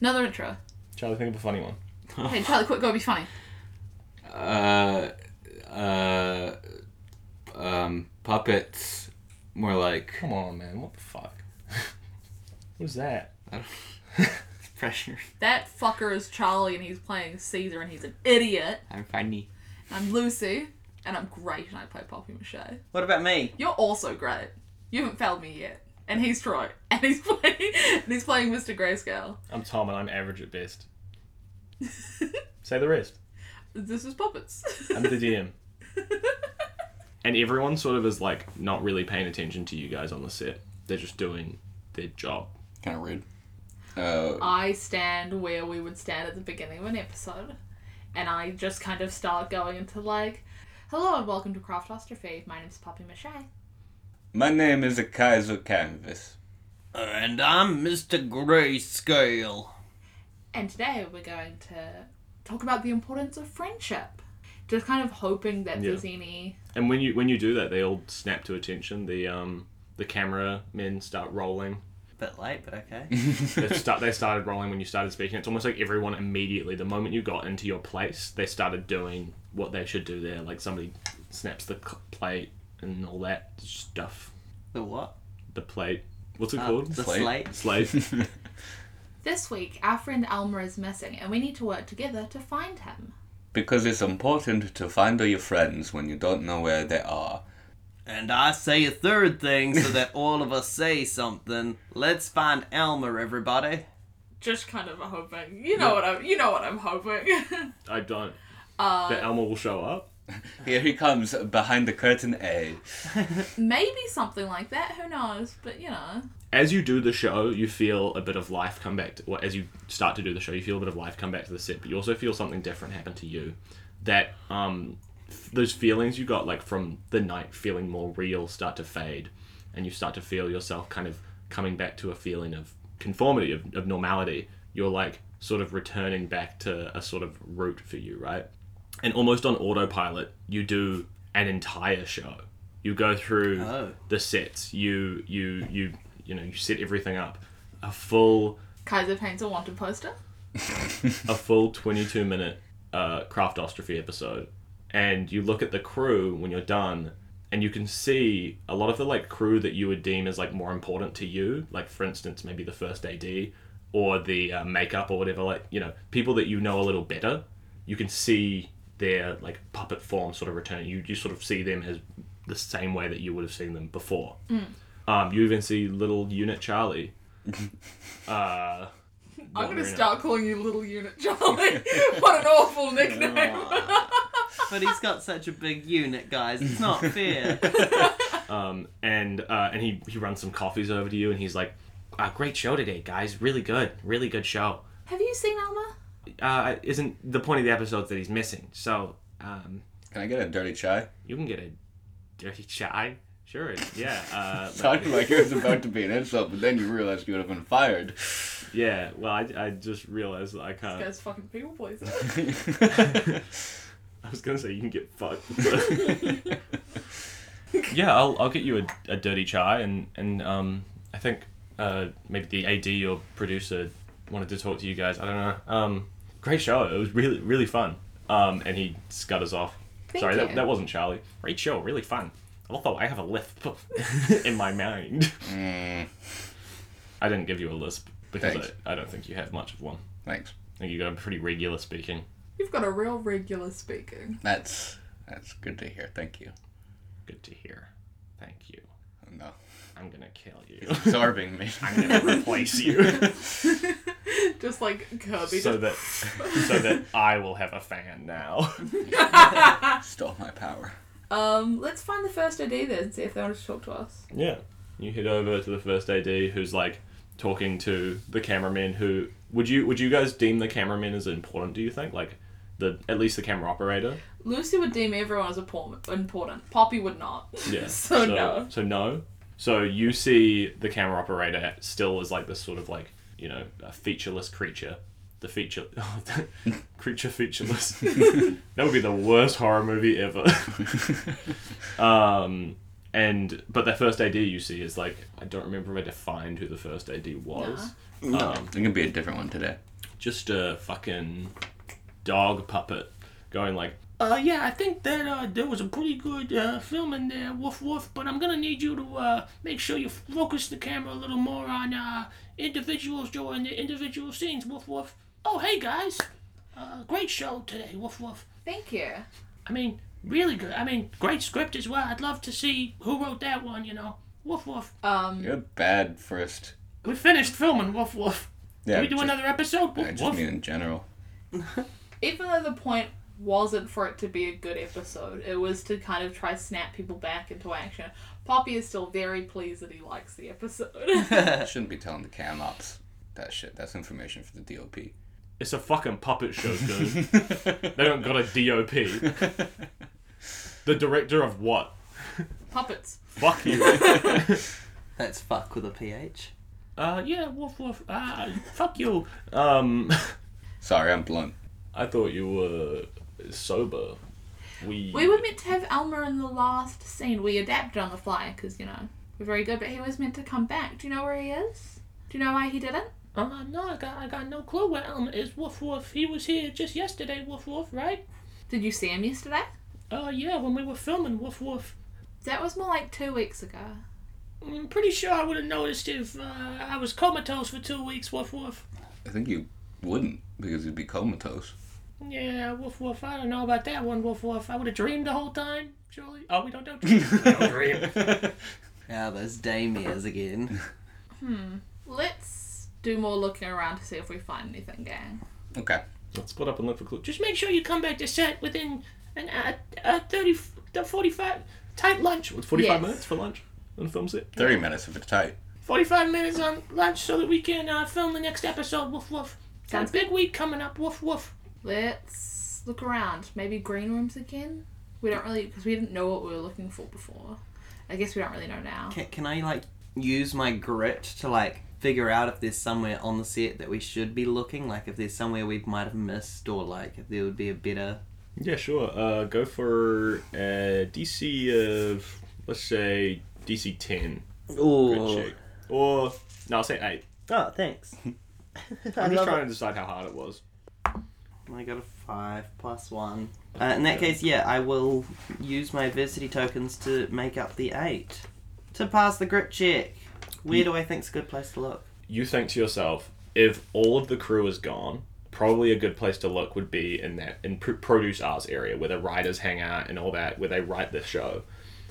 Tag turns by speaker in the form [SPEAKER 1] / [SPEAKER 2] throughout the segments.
[SPEAKER 1] Another intro.
[SPEAKER 2] Charlie, think of a funny one.
[SPEAKER 1] Hey, Charlie, quick, go be funny.
[SPEAKER 3] Uh, uh, um, puppets. More like
[SPEAKER 2] Come on, man. What the fuck? what is that?
[SPEAKER 3] I don't, it's pressure.
[SPEAKER 1] That fucker is Charlie, and he's playing Caesar, and he's an idiot.
[SPEAKER 3] I'm funny.
[SPEAKER 1] I'm Lucy, and I'm great, and I play Poppy Mache.
[SPEAKER 4] What about me?
[SPEAKER 1] You're also great. You haven't failed me yet. And he's Troy, and he's playing, and he's playing Mr. Grayscale.
[SPEAKER 2] I'm Tom and I'm average at best. Say the rest.
[SPEAKER 1] This is puppets.
[SPEAKER 2] I'm the DM. and everyone sort of is like not really paying attention to you guys on the set. They're just doing their job.
[SPEAKER 5] Kind of rude. Uh,
[SPEAKER 1] I stand where we would stand at the beginning of an episode, and I just kind of start going into like, "Hello and welcome to Craftostrophe. My name's Poppy Mache."
[SPEAKER 5] my name is a Kaiser Canvas.
[SPEAKER 4] And I'm Mr. Grayscale.
[SPEAKER 1] And today we're going to talk about the importance of friendship. Just kind of hoping that
[SPEAKER 2] Yeah.
[SPEAKER 1] there's any.
[SPEAKER 2] And when you when you do that, they all snap to attention. The um the camera men start rolling.
[SPEAKER 4] Bit late, but okay.
[SPEAKER 2] They start they started rolling when you started speaking. It's almost like everyone immediately the moment you got into your place, they started doing what they should do there. Like somebody snaps the cl- plate and all that stuff.
[SPEAKER 4] the what?
[SPEAKER 2] The plate. What's it
[SPEAKER 4] Uh,
[SPEAKER 2] called?
[SPEAKER 4] the
[SPEAKER 5] Slate?
[SPEAKER 4] slate.
[SPEAKER 2] Slate.
[SPEAKER 1] This week, our friend Alma is missing, and we need to work together to find him.
[SPEAKER 5] because it's important to find all your friends when you don't know where they are.
[SPEAKER 4] And I say a third thing so that all of us say something. Let's find Elmer, everybody.
[SPEAKER 1] Just kind of hoping, you know what I'm, you know what I'm hoping.
[SPEAKER 2] I don't. that Elmer will show up.
[SPEAKER 5] Here he comes behind the curtain A.
[SPEAKER 1] Maybe something like that. Who knows? But you know.
[SPEAKER 2] As you do the show, you feel a bit of life come back. To, well, as you start to do the show, you feel a bit of life come back to the set, but you also feel something different happen to you. That um, f- those feelings you got like from the night feeling more real start to fade, and you start to feel yourself kind of coming back to a feeling of conformity of, of normality. You're like sort of returning back to a sort of route for you, right? and almost on autopilot you do an entire show you go through
[SPEAKER 4] Oh.
[SPEAKER 2] the sets you you you you know you set everything up a full
[SPEAKER 1] Kaiser paints a wanted poster.
[SPEAKER 2] a full 22 minute uh, craftostrophe episode and you look at the crew when you're done and you can see a lot of the like crew that you would deem as like more important to you like for instance maybe the first ad or the uh, makeup or whatever like you know people that you know a little better you can see their like puppet form sort of returning you, you sort of see them as the same way that you would have seen them before
[SPEAKER 1] Mm.
[SPEAKER 2] um, you even see little unit charlie uh,
[SPEAKER 1] I'm gonna
[SPEAKER 2] wandering up.
[SPEAKER 1] start calling you Little Unit Charlie. what an awful nickname.
[SPEAKER 4] But he's got such a big unit, guys. It's not fair.
[SPEAKER 2] um, and uh, and he he runs some coffees over to you, and he's like, uh, "Great show today, guys. Really good, really good show."
[SPEAKER 1] Have you seen Alma?
[SPEAKER 2] Uh, isn't the point of the episodes that he's missing? So um,
[SPEAKER 5] Can I get a dirty chai?
[SPEAKER 2] you can get a dirty chai. Sure, it- yeah, uh,
[SPEAKER 5] Sounded like it was about to be an insult, but then you realized you would have been fired.
[SPEAKER 2] yeah. Well, I, I just realized that I
[SPEAKER 1] This
[SPEAKER 2] can't.
[SPEAKER 1] guy's fucking people pleaser.
[SPEAKER 2] I was gonna say you can get fucked. yeah, I'll, I'll get you a, a dirty chai, and and um, I think uh, maybe the AD or producer wanted to talk to you guys. I don't know. Um, great show. It was really really fun. Um, and he scutters off.
[SPEAKER 1] Thank
[SPEAKER 2] Sorry,
[SPEAKER 1] you.
[SPEAKER 2] that, that wasn't Charlie. Great show. Really fun. Although I have a lisp in my mind.
[SPEAKER 5] Mm,
[SPEAKER 2] I didn't give you a lisp because
[SPEAKER 5] Thanks.
[SPEAKER 2] I, I don't think you have much of one.
[SPEAKER 5] thanks.
[SPEAKER 2] I think you got a pretty regular speaking.
[SPEAKER 1] You've got a real regular speaking.
[SPEAKER 5] That's that's good to hear. Thank you.
[SPEAKER 2] Good to hear. Thank you.
[SPEAKER 5] No,
[SPEAKER 2] I'm gonna kill you.
[SPEAKER 5] absorbing me.
[SPEAKER 2] I'm gonna replace you
[SPEAKER 1] just like Kirby.
[SPEAKER 2] so
[SPEAKER 1] So
[SPEAKER 2] that so that I will have a fan now.
[SPEAKER 5] Stole my power.
[SPEAKER 1] um, let's find the first ID then and see if they want to talk to us.
[SPEAKER 2] Yeah. You head over to the first AD who's like talking to the cameraman who would you would you guys deem the cameraman as important, do you think? Like the at least the camera operator?
[SPEAKER 1] Lucy would deem everyone as impor- important. Poppy would not.
[SPEAKER 2] Yeah.
[SPEAKER 1] so, no.
[SPEAKER 2] So no. So you see the camera operator still as like this sort of like you know a featureless creature. The feature creature featureless. that would be the worst horror movie ever. um, and but the first AD you see is like I don't remember if I defined who the first AD was.
[SPEAKER 5] No,
[SPEAKER 2] Um,
[SPEAKER 5] it can be a different one today.
[SPEAKER 2] just a fucking dog puppet going like, uh, yeah, I think that uh, there was a pretty good uh, film in there, woof woof, but I'm gonna need you to uh, make sure you focus the camera a little more on uh, individuals during the individual scenes, woof woof. Oh, hey guys, uh, great show today, woof woof.
[SPEAKER 1] Thank you.
[SPEAKER 2] I mean, really good. I mean, great script as well. I'd love to see who wrote that one, you know. Woof woof.
[SPEAKER 5] Uh,
[SPEAKER 1] Um,
[SPEAKER 5] You're bad first.
[SPEAKER 2] We finished filming, woof woof.
[SPEAKER 5] Yeah,
[SPEAKER 2] Can we do
[SPEAKER 5] just,
[SPEAKER 2] another episode?
[SPEAKER 5] I
[SPEAKER 2] Woof
[SPEAKER 5] just
[SPEAKER 2] woof.
[SPEAKER 5] mean in general.
[SPEAKER 1] even though the point wasn't for it to be a good episode, it was to kind of try snap people back into action. Poppy is still very pleased that he likes the episode.
[SPEAKER 5] I shouldn't be telling the cam ops that shit. That's information for the DOP.
[SPEAKER 2] It's a fucking puppet show, dude. they don't got a DOP. The director of what?
[SPEAKER 1] Puppets.
[SPEAKER 2] Fuck you.
[SPEAKER 4] That's fuck with a ph.
[SPEAKER 2] uh, yeah, woof woof. Ah, fuck you. Um,
[SPEAKER 5] Sorry, I'm blunt.
[SPEAKER 2] I thought you were sober. We.
[SPEAKER 1] We were meant to have Elmer in the last scene. We adapted on the fly because, you know, we're very good, but he was meant to come back. Do you know where he is? Do you know why he didn't?
[SPEAKER 2] Uh, no, I got, I got no clue where Elmer is. Woof woof. He was here just yesterday. Woof woof. Right?
[SPEAKER 1] Did you see him yesterday?
[SPEAKER 2] Uh, yeah, when we were filming. Woof woof.
[SPEAKER 1] That was more like two weeks ago.
[SPEAKER 2] I'm pretty sure I would have noticed if uh, I was comatose for two weeks. Woof woof.
[SPEAKER 5] I think you wouldn't because you'd be comatose.
[SPEAKER 2] Yeah, woof woof. I don't know about that one. Woof woof. I would have dreamed the whole time. Surely. Oh, we don't know. dreams. We don't dream.
[SPEAKER 4] Ah, those damias again.
[SPEAKER 1] Let's do more looking around to see if we find anything, gang.
[SPEAKER 5] Okay.
[SPEAKER 2] Let's split up and look for clues. Just make sure you come back to set within an uh, uh, 30, f- uh, 45, tight lunch. With 45
[SPEAKER 1] Yes.
[SPEAKER 2] minutes for lunch on film set?
[SPEAKER 5] 30 minutes if it's tight.
[SPEAKER 2] 45 minutes on lunch so that we can uh, film the next episode. Woof woof. Got
[SPEAKER 1] Sounds
[SPEAKER 2] a big week coming up. Woof woof.
[SPEAKER 1] Let's look around. Maybe green rooms again? We don't really, because we didn't know what we were looking for before. I guess we don't really know now.
[SPEAKER 4] Can, can I like use my grit to like figure out if there's somewhere on the set that we should be looking? Like if there's somewhere we might have missed, or like if there would be a better.
[SPEAKER 2] Yeah, sure. Uh, go for uh, DC of, let's say, DC 10.
[SPEAKER 4] Oh,
[SPEAKER 2] Or, no, I'll say 8.
[SPEAKER 4] oh, thanks. I
[SPEAKER 2] to decide how hard it was.
[SPEAKER 4] I got a five plus one. Uh, in that case, yeah, I will use my adversity tokens to make up the eight to pass the grit check. Where do I think's a good place to look?
[SPEAKER 2] you think to yourself, if all of the crew is gone, probably a good place to look would be in that in pr- produce arts area where the writers hang out and all that, where they write the show,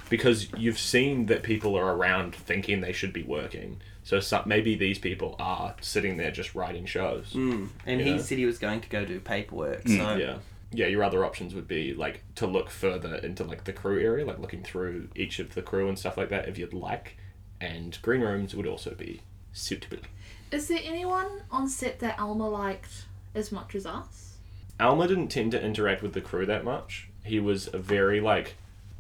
[SPEAKER 2] because you've seen that people are around thinking they should be working. So some, maybe these people are sitting there just writing shows.
[SPEAKER 4] And
[SPEAKER 2] Yeah. Mm,
[SPEAKER 4] he said he was going to go do paperwork, so
[SPEAKER 2] Yeah. Yeah, your other options would be like to look further into like the crew area, like looking through each of the crew and stuff like that if you'd like. And green rooms would also be suitable.
[SPEAKER 1] Is there anyone on set that Alma liked as much as us?
[SPEAKER 2] Alma didn't tend to interact with the crew that much. He was a very like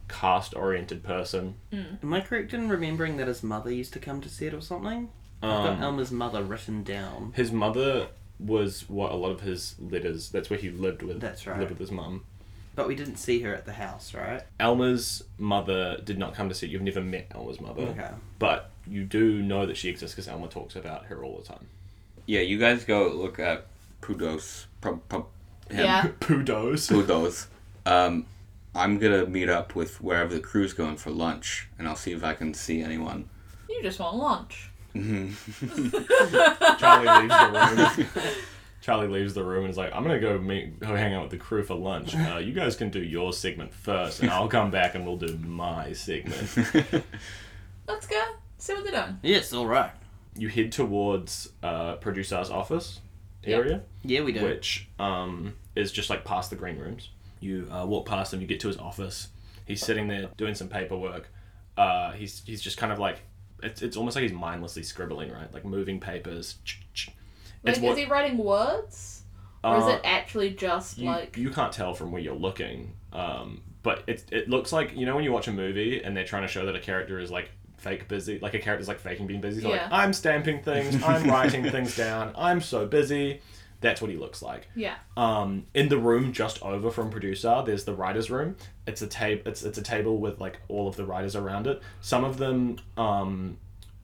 [SPEAKER 2] cast oriented person.
[SPEAKER 4] am I correct in remembering that his mother used to come to set or something? I've got
[SPEAKER 2] Um,
[SPEAKER 4] Elmer's mother written down.
[SPEAKER 2] His mother was what a lot of his letters. That's where he lived with.
[SPEAKER 4] That's right.
[SPEAKER 2] Lived with his mum.
[SPEAKER 4] But we didn't see her at the house, right?
[SPEAKER 2] Alma's mother did not come to see. You've never met Alma's mother.
[SPEAKER 4] Okay.
[SPEAKER 2] But you do know that she exists because Alma talks about her all the time.
[SPEAKER 5] Yeah, you guys go look at Pudos. Pu- pu- him.
[SPEAKER 1] Yeah.
[SPEAKER 2] Pudos.
[SPEAKER 5] Pudos. Um, I'm gonna meet up with wherever the crew's going for lunch, and I'll see if I can see anyone.
[SPEAKER 1] You just want lunch.
[SPEAKER 2] Charlie leaves the room. Charlie leaves the room and is like, "I'm gonna go meet, go hang out with the crew for lunch. Uh, you guys can do your segment first, and I'll come back and we'll do my segment."
[SPEAKER 1] Let's go. See what they're doing.
[SPEAKER 4] Yes, all right.
[SPEAKER 2] you head towards uh, producer's office
[SPEAKER 1] Yeah.
[SPEAKER 2] area,
[SPEAKER 4] Yeah, we do.
[SPEAKER 2] which um, is just like past the green rooms. You uh, walk past him, you get to his office. He's sitting there doing some paperwork. Uh, he's he's just kind of like it's, it's almost like he's mindlessly scribbling, right? Like moving papers.
[SPEAKER 1] Like,
[SPEAKER 2] It's what-
[SPEAKER 1] is he writing words? Or is
[SPEAKER 2] Uh,
[SPEAKER 1] it actually just
[SPEAKER 2] You,
[SPEAKER 1] like.
[SPEAKER 2] you can't tell from where you're looking, um, but it it looks like you know when you watch a movie and they're trying to show that a character is like fake busy, like a character's like faking being busy. They're
[SPEAKER 1] Yeah.
[SPEAKER 2] Like I'm stamping things, I'm writing things down, I'm so busy. That's what he looks like.
[SPEAKER 1] yeah.
[SPEAKER 2] Um, in the room just over from producer, there's the writers' room. It's a table. It's it's a table with like all of the writers around it. Some of them, um,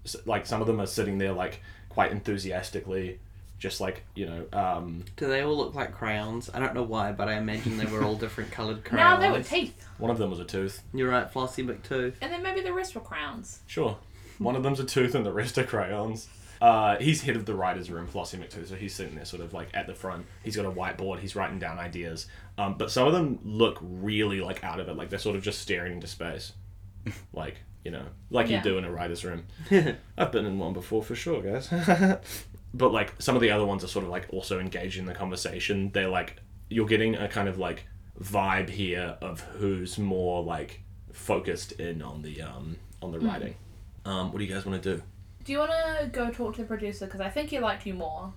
[SPEAKER 2] s- like some of them are sitting there like quite enthusiastically, just like you know, um,
[SPEAKER 4] Do they all look like crayons? I don't know why, but I imagine they were all different coloured
[SPEAKER 1] Now
[SPEAKER 4] crayons.
[SPEAKER 1] they were teeth,
[SPEAKER 2] one of them was a tooth.
[SPEAKER 4] You're right, Flossie McTooth.
[SPEAKER 1] and then maybe the rest were crowns.
[SPEAKER 2] Sure, one of them's a tooth and the rest are crayons. Uh, he's head of the writers' room, Flossie McTooth, so he's sitting there sort of like at the front. He's got a whiteboard. He's writing down ideas. Um, but some of them look really like out of it, like they're sort of just staring into space, like you know, like
[SPEAKER 1] Yeah.
[SPEAKER 2] you do in a writers' room. I've been in one before for sure, guys. but like some of the other ones are sort of like also engaged in the conversation. They're like you're getting a kind of like vibe here of who's more like focused in on the um on the writing. Um, what do you guys want to do?
[SPEAKER 1] Do you want to go talk to the producer because I think he liked you more,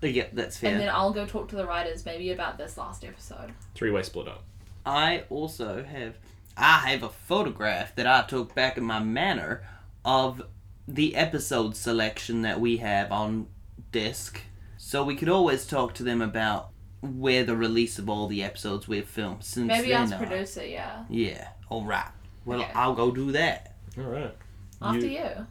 [SPEAKER 4] yeah, that's fair.
[SPEAKER 1] and then I'll go talk to the writers maybe about this last episode.
[SPEAKER 2] Three way split up.
[SPEAKER 4] I also have I have a photograph that I took back in my manor of the episode selection that we have on disc. So we could always talk to them about where the release of all the episodes we've filmed since
[SPEAKER 1] Maybe
[SPEAKER 4] then
[SPEAKER 1] ask
[SPEAKER 4] are.
[SPEAKER 1] producer, yeah.
[SPEAKER 4] Yeah. Alright. Well
[SPEAKER 1] Okay.
[SPEAKER 4] I'll go do that.
[SPEAKER 2] All right.
[SPEAKER 1] After
[SPEAKER 2] You-
[SPEAKER 1] you.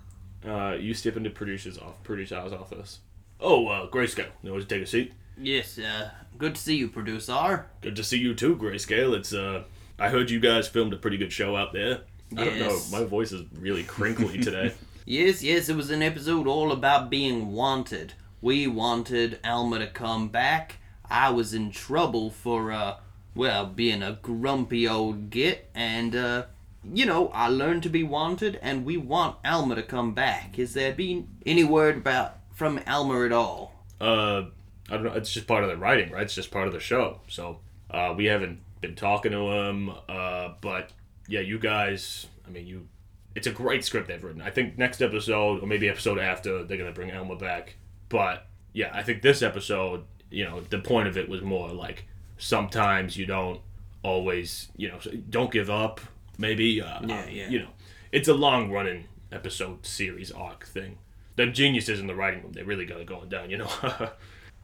[SPEAKER 2] Uh, you step into producer's off producer's office. Oh, uh, Grayscale. You want to take a seat?
[SPEAKER 4] Yes, uh good to see you, producer.
[SPEAKER 2] Good to see you too, Grayscale. It's uh, I heard you guys filmed a pretty good show out there. I don't know.
[SPEAKER 4] Yes.
[SPEAKER 2] My voice is really crinkly today.
[SPEAKER 4] Yes, yes, it was an episode all about being wanted. We wanted Alma to come back. I was in trouble for, uh, well, being a grumpy old git, and, uh, you know, I learned to be wanted, and we want Alma to come back. Has there been any word about from Alma at all?
[SPEAKER 2] uh, I don't know. It's just part of the writing, right? It's just part of the show. So uh, we haven't been talking to him. Uh, but yeah, you guys. I mean, you. It's a great script they've written. I think next episode or maybe episode after they're gonna bring Elma back. But yeah, I think this episode. You know, the point of it was more like sometimes you don't always. You know, don't give up. Maybe. Uh,
[SPEAKER 4] Yeah, yeah.
[SPEAKER 2] You know, it's a long running episode series arc thing. The geniuses in the writing room, they really got it going down, you know.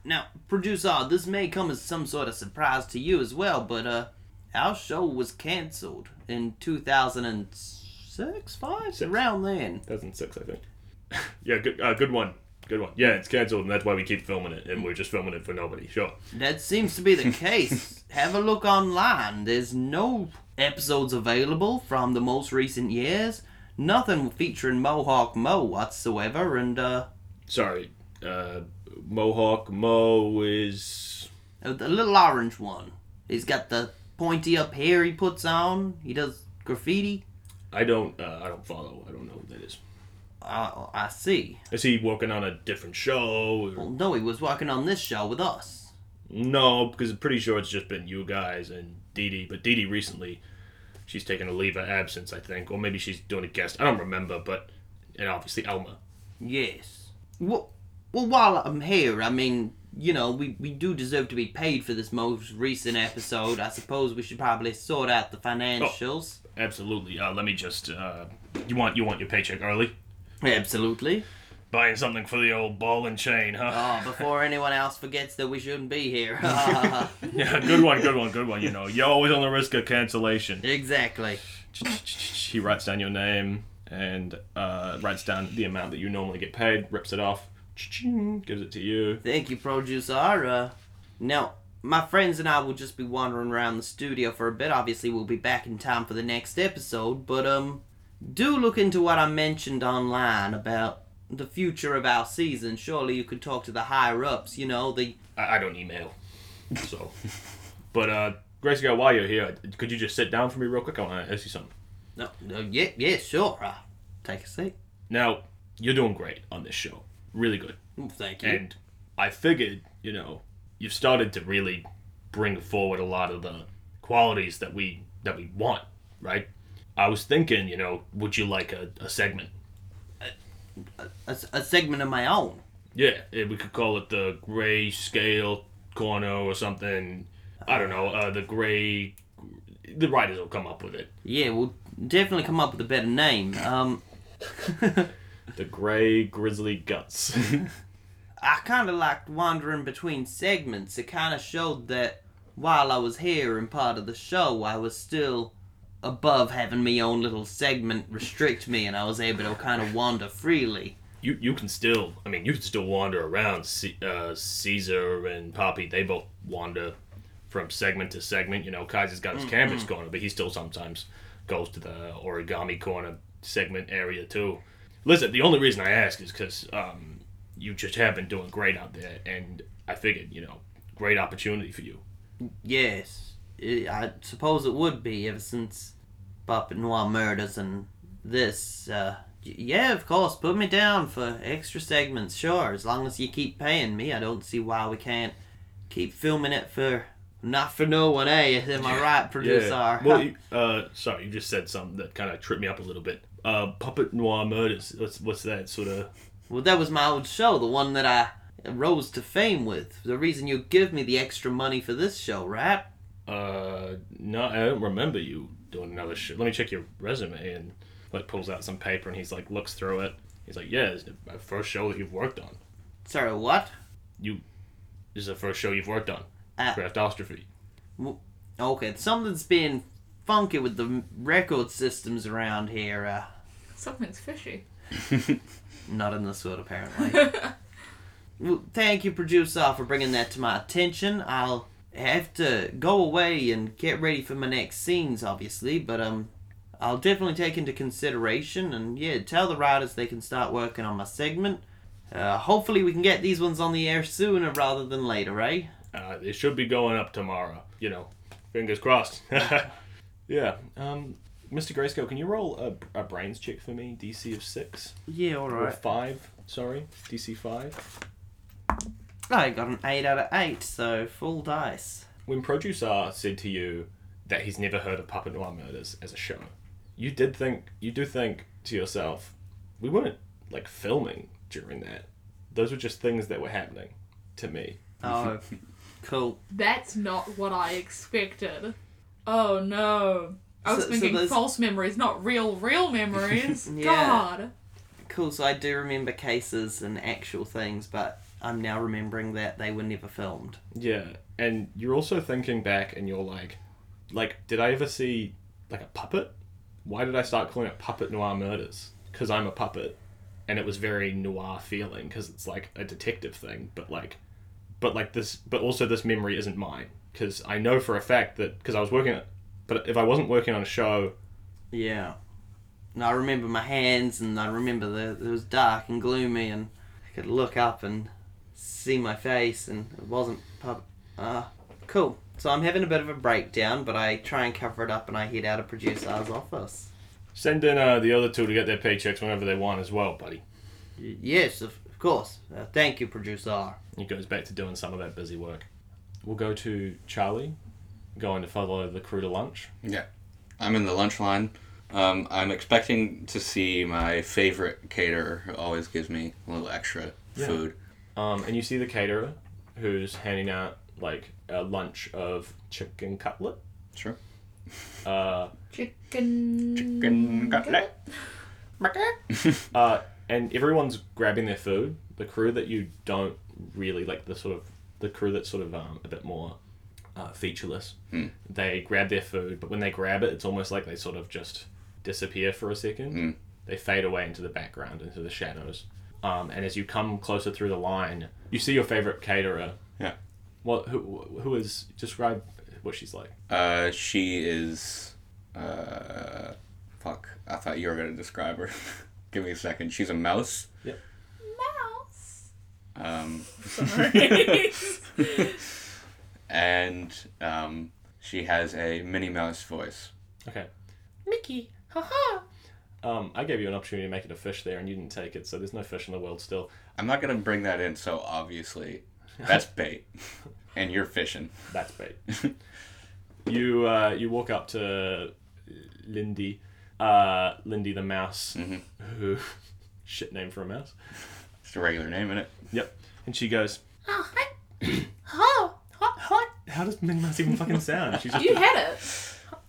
[SPEAKER 4] Now, producer, this may come as some sort of surprise to you as well, but, uh, our show was cancelled in 2006, 5?
[SPEAKER 2] Six.
[SPEAKER 4] Around then.
[SPEAKER 2] 2006, I think. yeah, good, uh, good one. Good one. Yeah, it's cancelled, and that's why we keep filming it, and we're just filming it for nobody. Sure.
[SPEAKER 4] That seems to be the case. Have a look online. There's no episodes available from the most recent years. Nothing featuring Mohawk Mo whatsoever, and uh,
[SPEAKER 2] Sorry. Uh, Mohawk Mo is.
[SPEAKER 4] the little orange one. He's got the pointy up hair he puts on. He does graffiti.
[SPEAKER 2] I don't. Uh, I don't follow. I don't know who that is.
[SPEAKER 4] Uh, I see.
[SPEAKER 2] Is he working on a different show?
[SPEAKER 4] Well,
[SPEAKER 2] Or...
[SPEAKER 4] no, he was working on this show with us.
[SPEAKER 2] No, because I'm pretty sure it's just been you guys and Dee Dee. But Dee Dee recently, she's taken a leave of absence, I think, or maybe she's doing a guest. I don't remember, but and obviously Elma.
[SPEAKER 4] Yes. Well, well, while I'm here, I mean, you know, we, we do deserve to be paid for this most recent episode. I suppose we should probably sort out the financials.
[SPEAKER 2] Absolutely. Uh, let me just. Uh, you want you want your paycheck early?
[SPEAKER 4] Absolutely.
[SPEAKER 2] Buying something for the old ball and chain, huh?
[SPEAKER 4] Oh, before anyone else forgets that we shouldn't be here.
[SPEAKER 2] Yeah, good one, good one, good one. You know, you're always on the risk of cancellation.
[SPEAKER 4] exactly.
[SPEAKER 2] He writes down your name and uh, writes down the amount that you normally get paid, rips it off, gives it to you.
[SPEAKER 4] Thank you, producer. Uh, now, my friends and I will just be wandering around the studio for a bit. Obviously, we'll be back in time for the next episode, but um, do look into what I mentioned online about the future of our season. Surely you could talk to the higher ups. You know, the
[SPEAKER 2] I, I don't email, so. But uh, Gracie, while you're here, could you just sit down for me real quick? I want to ask you something.
[SPEAKER 4] no, no, yeah, yeah, sure. Uh, take a seat.
[SPEAKER 2] Now, you're doing great on this show, really good.
[SPEAKER 4] Well, Thank you.
[SPEAKER 2] And I figured, you know, you've started to really bring forward a lot of the qualities that we that we want, right? I was thinking, you know, would you like a, a segment?
[SPEAKER 4] a, s- a segment of my own.
[SPEAKER 2] Yeah, eh, we could call it the gray scale corner or something. I don't know. Uh, the gray, the writers will come up with it.
[SPEAKER 4] Yeah, we'll definitely come up with a better name. Um,
[SPEAKER 2] The gray grizzly guts.
[SPEAKER 4] I kind of liked wandering between segments. It kind of showed that while I was here and part of the show, I was still above having me own little segment restrict me, and I was able to kind of wander freely.
[SPEAKER 2] you you can still I mean you can still wander around. C- uh, Caesar and Poppy they both wander from segment to segment. You know, Kaiser's got his canvas corner, but he still sometimes goes to the origami corner segment area too. Listen, the only reason I ask is because um, you just have been doing great out there, and I figured you know great opportunity for you.
[SPEAKER 4] Yes, I I suppose it would be ever since Papa Noir murders and this. Uh, y- yeah, of course, put me down for extra segments, sure. As long as you keep paying me, I don't see why we can't keep filming it for not for no one, eh? Am I right, producer?
[SPEAKER 2] Well, you- uh, sorry, you just said something that kind of tripped me up a little bit. Uh, Puppet Noir Murders. What's what's that sort of?
[SPEAKER 4] Well, that was my old show, the one that I rose to fame with. The reason you give me the extra money for this show, right?
[SPEAKER 2] Uh, no, I don't remember you doing another shit. Let me check your resume and like pulls out some paper and he's like looks through it. He's like, yeah, it's my first show that you've worked on.
[SPEAKER 4] Sorry, what?
[SPEAKER 2] This is the first show you've worked on.
[SPEAKER 4] Uh,
[SPEAKER 2] Craftostrophe.
[SPEAKER 4] Okay, something's been funky with the m- record systems around here. Uh,
[SPEAKER 1] Something's fishy.
[SPEAKER 4] not in this world, apparently. Well, thank you, producer, for bringing that to my attention. I'll have to go away and get ready for my next scenes, obviously, but um, I'll definitely take into consideration and yeah, tell the writers they can start working on my segment. Uh, hopefully, we can get these ones on the air sooner rather than later, eh?
[SPEAKER 2] Uh, it should be going up tomorrow. You know, fingers crossed. yeah. Um, Mr. Grayscale, can you roll a, a brains check for me? DC of six
[SPEAKER 4] Yeah, all
[SPEAKER 2] or
[SPEAKER 4] right.
[SPEAKER 2] five? Sorry, DC five.
[SPEAKER 4] I got an eight out of eight, so full dice.
[SPEAKER 2] When Producer said to you that he's never heard of Puppet Noir Murders as a show, you did think you do think to yourself, we weren't like filming during that. Those were just things that were happening to me.
[SPEAKER 4] Oh, cool.
[SPEAKER 1] That's not what I expected. Oh no. I was
[SPEAKER 4] So- so
[SPEAKER 1] thinking
[SPEAKER 4] those-
[SPEAKER 1] false memories, not real, real memories.
[SPEAKER 4] Yeah.
[SPEAKER 1] God.
[SPEAKER 4] Cool, so I do remember cases and actual things, but I'm now remembering that they were never filmed.
[SPEAKER 2] Yeah, and you're also thinking back, and you're like, like, did I ever see like a puppet? Why did I start calling it Puppet Noir Murders? Because I'm a puppet, and it was very noir feeling because it's like a detective thing, but like, but like this, but also this memory isn't mine because I know for a fact that because I was working, at- but if I wasn't working on a show,
[SPEAKER 4] Yeah. And I remember my hands, and I remember that it was dark and gloomy, and I could look up and see my face, and it wasn't pub. Uh, cool. So I'm having a bit of a breakdown, but I try and cover it up, and I head out of producer's office.
[SPEAKER 2] send in uh, the other two to get their paychecks whenever they want as well, buddy.
[SPEAKER 4] Y- yes, of of course. Uh, thank you, producer.
[SPEAKER 2] He goes back to doing some of that busy work. We'll go to Charlie, going to follow the crew to lunch.
[SPEAKER 5] I'm in the lunch line. Um, I'm expecting to see my favorite caterer who always gives me a little extra
[SPEAKER 2] Yeah.
[SPEAKER 5] food.
[SPEAKER 2] Um, and you see the caterer who's handing out like a lunch of chicken cutlet.
[SPEAKER 5] Sure.
[SPEAKER 2] Uh,
[SPEAKER 1] Chicken.
[SPEAKER 5] Chicken cutlet.
[SPEAKER 2] uh, and everyone's grabbing their food. The crew that you don't really like, the sort of the crew that's sort of um, a bit more uh, featureless,
[SPEAKER 5] Hmm.
[SPEAKER 2] they grab their food. But when they grab it, it's almost like they sort of just disappear for a second.
[SPEAKER 5] Hmm.
[SPEAKER 2] They fade away into the background, into the shadows. Um, and as you come closer through the line, you see your favorite caterer.
[SPEAKER 5] Yeah.
[SPEAKER 2] What? Who? Who is? Describe what she's like.
[SPEAKER 5] Uh, she is. Uh, fuck. I thought you were gonna describe her. Give me a second. She's a mouse.
[SPEAKER 1] Mouse.
[SPEAKER 5] Um,
[SPEAKER 1] Sorry.
[SPEAKER 5] and um, she has a Minnie Mouse voice.
[SPEAKER 2] Okay.
[SPEAKER 1] Mickey. Haha.
[SPEAKER 2] Um, I gave you an opportunity to make it a fish there, and you didn't take it, so there's no fish in the world still.
[SPEAKER 5] I'm not gonna bring that in so obviously. That's bait. and you're fishing.
[SPEAKER 2] That's bait. you uh, you walk up to Lindy, uh, Lindy the mouse,
[SPEAKER 5] Mhm.
[SPEAKER 2] who shit name for a mouse.
[SPEAKER 5] It's a regular name, innit?
[SPEAKER 2] Yep. And she goes,
[SPEAKER 1] Oh, hot. Oh, hot, hot.
[SPEAKER 2] "How does Minnie Mouse even fucking sound?" She's just
[SPEAKER 1] You had it.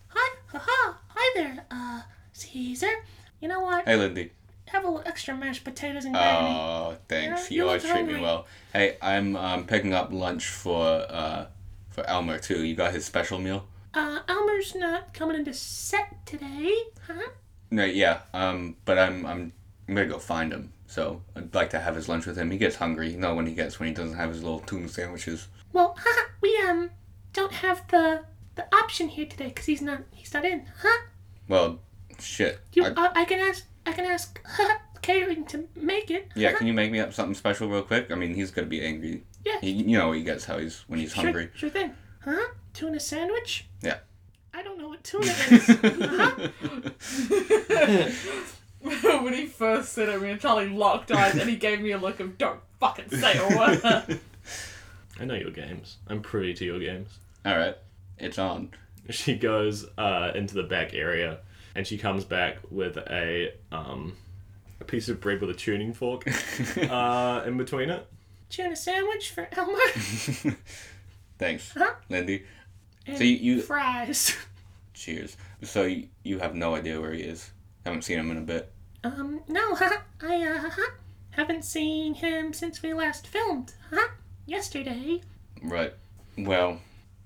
[SPEAKER 6] Hi, haha, hi there, uh, Caesar. You know what?
[SPEAKER 5] Hey, Lindy.
[SPEAKER 6] Have a little extra mashed potatoes and gravy.
[SPEAKER 5] Oh, thanks.
[SPEAKER 6] Yeah,
[SPEAKER 5] you
[SPEAKER 6] you
[SPEAKER 5] always
[SPEAKER 6] look
[SPEAKER 5] treat me
[SPEAKER 6] hungry.
[SPEAKER 5] well. Hey, I'm um, picking up lunch for uh, for Elmer too. You got his special meal?
[SPEAKER 6] Uh, Elmer's not coming into set today, huh?
[SPEAKER 5] No, yeah. Um, but I'm I'm I'm gonna go find him. So I'd like to have his lunch with him. He gets hungry. You know when he gets when he doesn't have his little tuna sandwiches.
[SPEAKER 6] Well, haha, we um don't have the the option here today because he's not he's not in. Huh?
[SPEAKER 5] Well, shit.
[SPEAKER 6] You,
[SPEAKER 5] I-
[SPEAKER 6] uh, I can ask I can ask catering to make it.
[SPEAKER 5] yeah,
[SPEAKER 6] Huh?
[SPEAKER 5] can you make me up something special real quick? I mean, he's gonna be angry.
[SPEAKER 6] Yeah.
[SPEAKER 5] He, you know he gets how he's when he's
[SPEAKER 6] sure,
[SPEAKER 5] hungry.
[SPEAKER 6] Sure thing. Huh? Tuna sandwich.
[SPEAKER 5] Yeah.
[SPEAKER 6] I don't know what tuna is. huh?
[SPEAKER 1] when he first said it, me and Charlie locked eyes and he gave me a look of don't fucking say a word.
[SPEAKER 2] I know your games. I'm privy to your games.
[SPEAKER 5] All right, it's on.
[SPEAKER 2] She goes uh, into the back area, and she comes back with a um, a piece of bread with a tuning fork
[SPEAKER 5] Um,
[SPEAKER 2] uh, in between it.
[SPEAKER 6] Tuna sandwich for Elmer
[SPEAKER 5] Thanks,
[SPEAKER 6] Huh?
[SPEAKER 5] Lindy.
[SPEAKER 6] and
[SPEAKER 5] So you, you
[SPEAKER 6] fries.
[SPEAKER 5] cheers. So you, you have no idea where he is. Haven't seen him in a bit.
[SPEAKER 6] Um, no, huh? I, uh, huh? haven't seen him since we last filmed, huh? Yesterday.
[SPEAKER 5] Right. Well,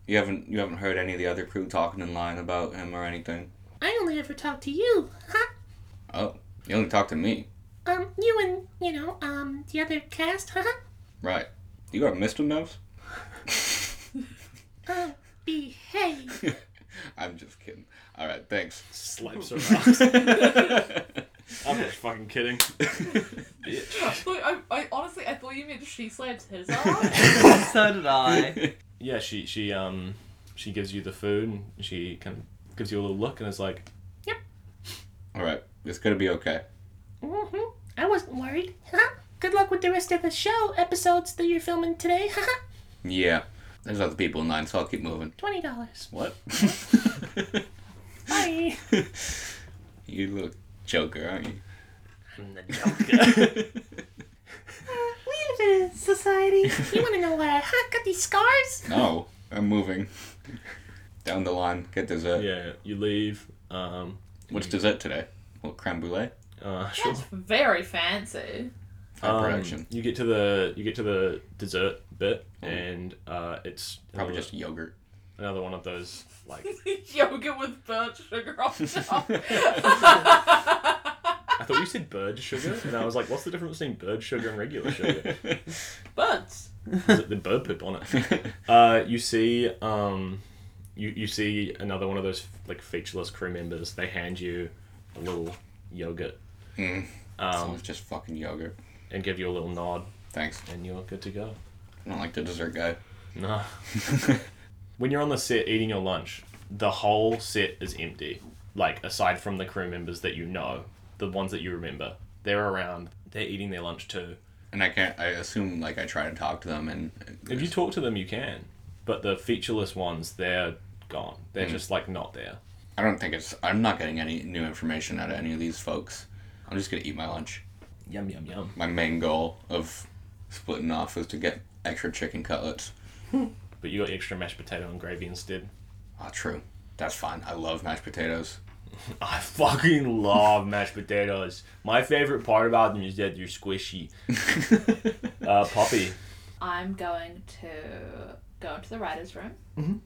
[SPEAKER 5] you haven't you haven't heard any of the other crew talking in line about him or anything.
[SPEAKER 6] I only ever talked to you, huh?
[SPEAKER 5] Oh, you only talked to me.
[SPEAKER 6] Um, you and, you know, um, the other cast, huh?
[SPEAKER 5] Right. You are Mr. Mouse?
[SPEAKER 6] Uh, behave.
[SPEAKER 5] I'm just kidding. All right, thanks.
[SPEAKER 2] Slaps her ass. I'm just fucking kidding.
[SPEAKER 1] Look, I, I honestly, I thought you meant she slaps his ass.
[SPEAKER 4] so did I.
[SPEAKER 2] Yeah, she she um she gives you the food. And she kind of gives you a little look and is like,
[SPEAKER 5] All right. It's going to be okay.
[SPEAKER 6] hmm I wasn't worried, huh? Good luck with the rest of the show episodes that you're filming today, huh?
[SPEAKER 5] Yeah. There's other people in line, so I'll keep moving.
[SPEAKER 6] Twenty dollars.
[SPEAKER 5] What?
[SPEAKER 6] Bye.
[SPEAKER 5] you little joker, aren't you?
[SPEAKER 2] "I'm the Joker."
[SPEAKER 6] Uh, we live in a society. You wanna know why I huh, got these scars?
[SPEAKER 5] No, I'm moving. Down the line, get dessert.
[SPEAKER 2] yeah, you leave. Um,
[SPEAKER 5] What's dessert today? Well, creme brulee.
[SPEAKER 2] uh, sure.
[SPEAKER 1] That's very fancy.
[SPEAKER 5] Fine
[SPEAKER 2] Um,
[SPEAKER 5] production. Mm.
[SPEAKER 2] You get to the you get to the dessert bit, and uh, it's
[SPEAKER 5] Probably
[SPEAKER 2] another-
[SPEAKER 5] just yogurt.
[SPEAKER 2] another one of those like
[SPEAKER 1] Yogurt with burnt sugar on top.
[SPEAKER 2] I thought you said bird sugar, and I was like, what's the difference between bird sugar and regular sugar?
[SPEAKER 1] Burnt.
[SPEAKER 2] Is it the bird poop on it? Uh, you see, um, you you see another one of those like featureless crew members. They hand you a little yogurt
[SPEAKER 5] Mm. so
[SPEAKER 2] um,
[SPEAKER 5] it's just fucking yogurt.
[SPEAKER 2] and give you a little nod,
[SPEAKER 5] Thanks.
[SPEAKER 2] and you're good to go.
[SPEAKER 5] I don't like the dessert guy.
[SPEAKER 2] No. when you're on the set eating your lunch, the whole set is empty. Like, aside from the crew members that you know, the ones that you remember, they're around, they're eating their lunch too.
[SPEAKER 5] And I can't. I assume like I try to talk to them, and
[SPEAKER 2] If you talk to them, you can. But the featureless ones, they're gone. They're just, like, not there.
[SPEAKER 5] I don't think it's. I'm not getting any new information out of any of these folks. I'm just gonna eat my lunch.
[SPEAKER 2] Yum, yum, yum.
[SPEAKER 5] My main goal of splitting off is to get extra chicken cutlets.
[SPEAKER 2] But you got extra mashed potato and gravy instead.
[SPEAKER 5] Ah, true. That's fine. I love mashed potatoes.
[SPEAKER 2] I fucking love mashed potatoes. My favorite part about them is that they're squishy. uh, Poppy,
[SPEAKER 1] I'm going to go into the writer's room and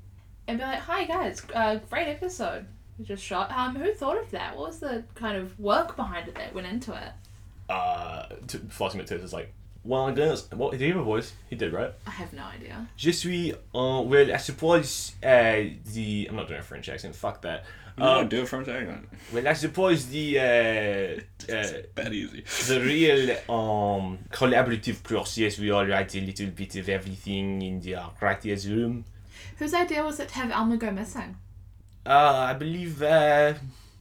[SPEAKER 1] be like, hi guys, uh, great episode we just shot. Um, who thought of that? What was the kind of work behind it that went into it?
[SPEAKER 2] uh, t- Flossy McTurf is like, well, I guess, well, did he have a voice? He did, right?
[SPEAKER 1] I have no idea.
[SPEAKER 2] Je suis, uh, well, I suppose, uh, the, I'm not doing a French accent, fuck that.
[SPEAKER 5] Oh,
[SPEAKER 2] Uh,
[SPEAKER 5] do it from second.
[SPEAKER 2] well, I suppose the, uh, uh,
[SPEAKER 5] That easy.
[SPEAKER 2] the real, um, collaborative process, we all write a little bit of everything in the writer's room.
[SPEAKER 1] Whose idea was it to have Elmer go missing?
[SPEAKER 2] Uh, I believe, uh,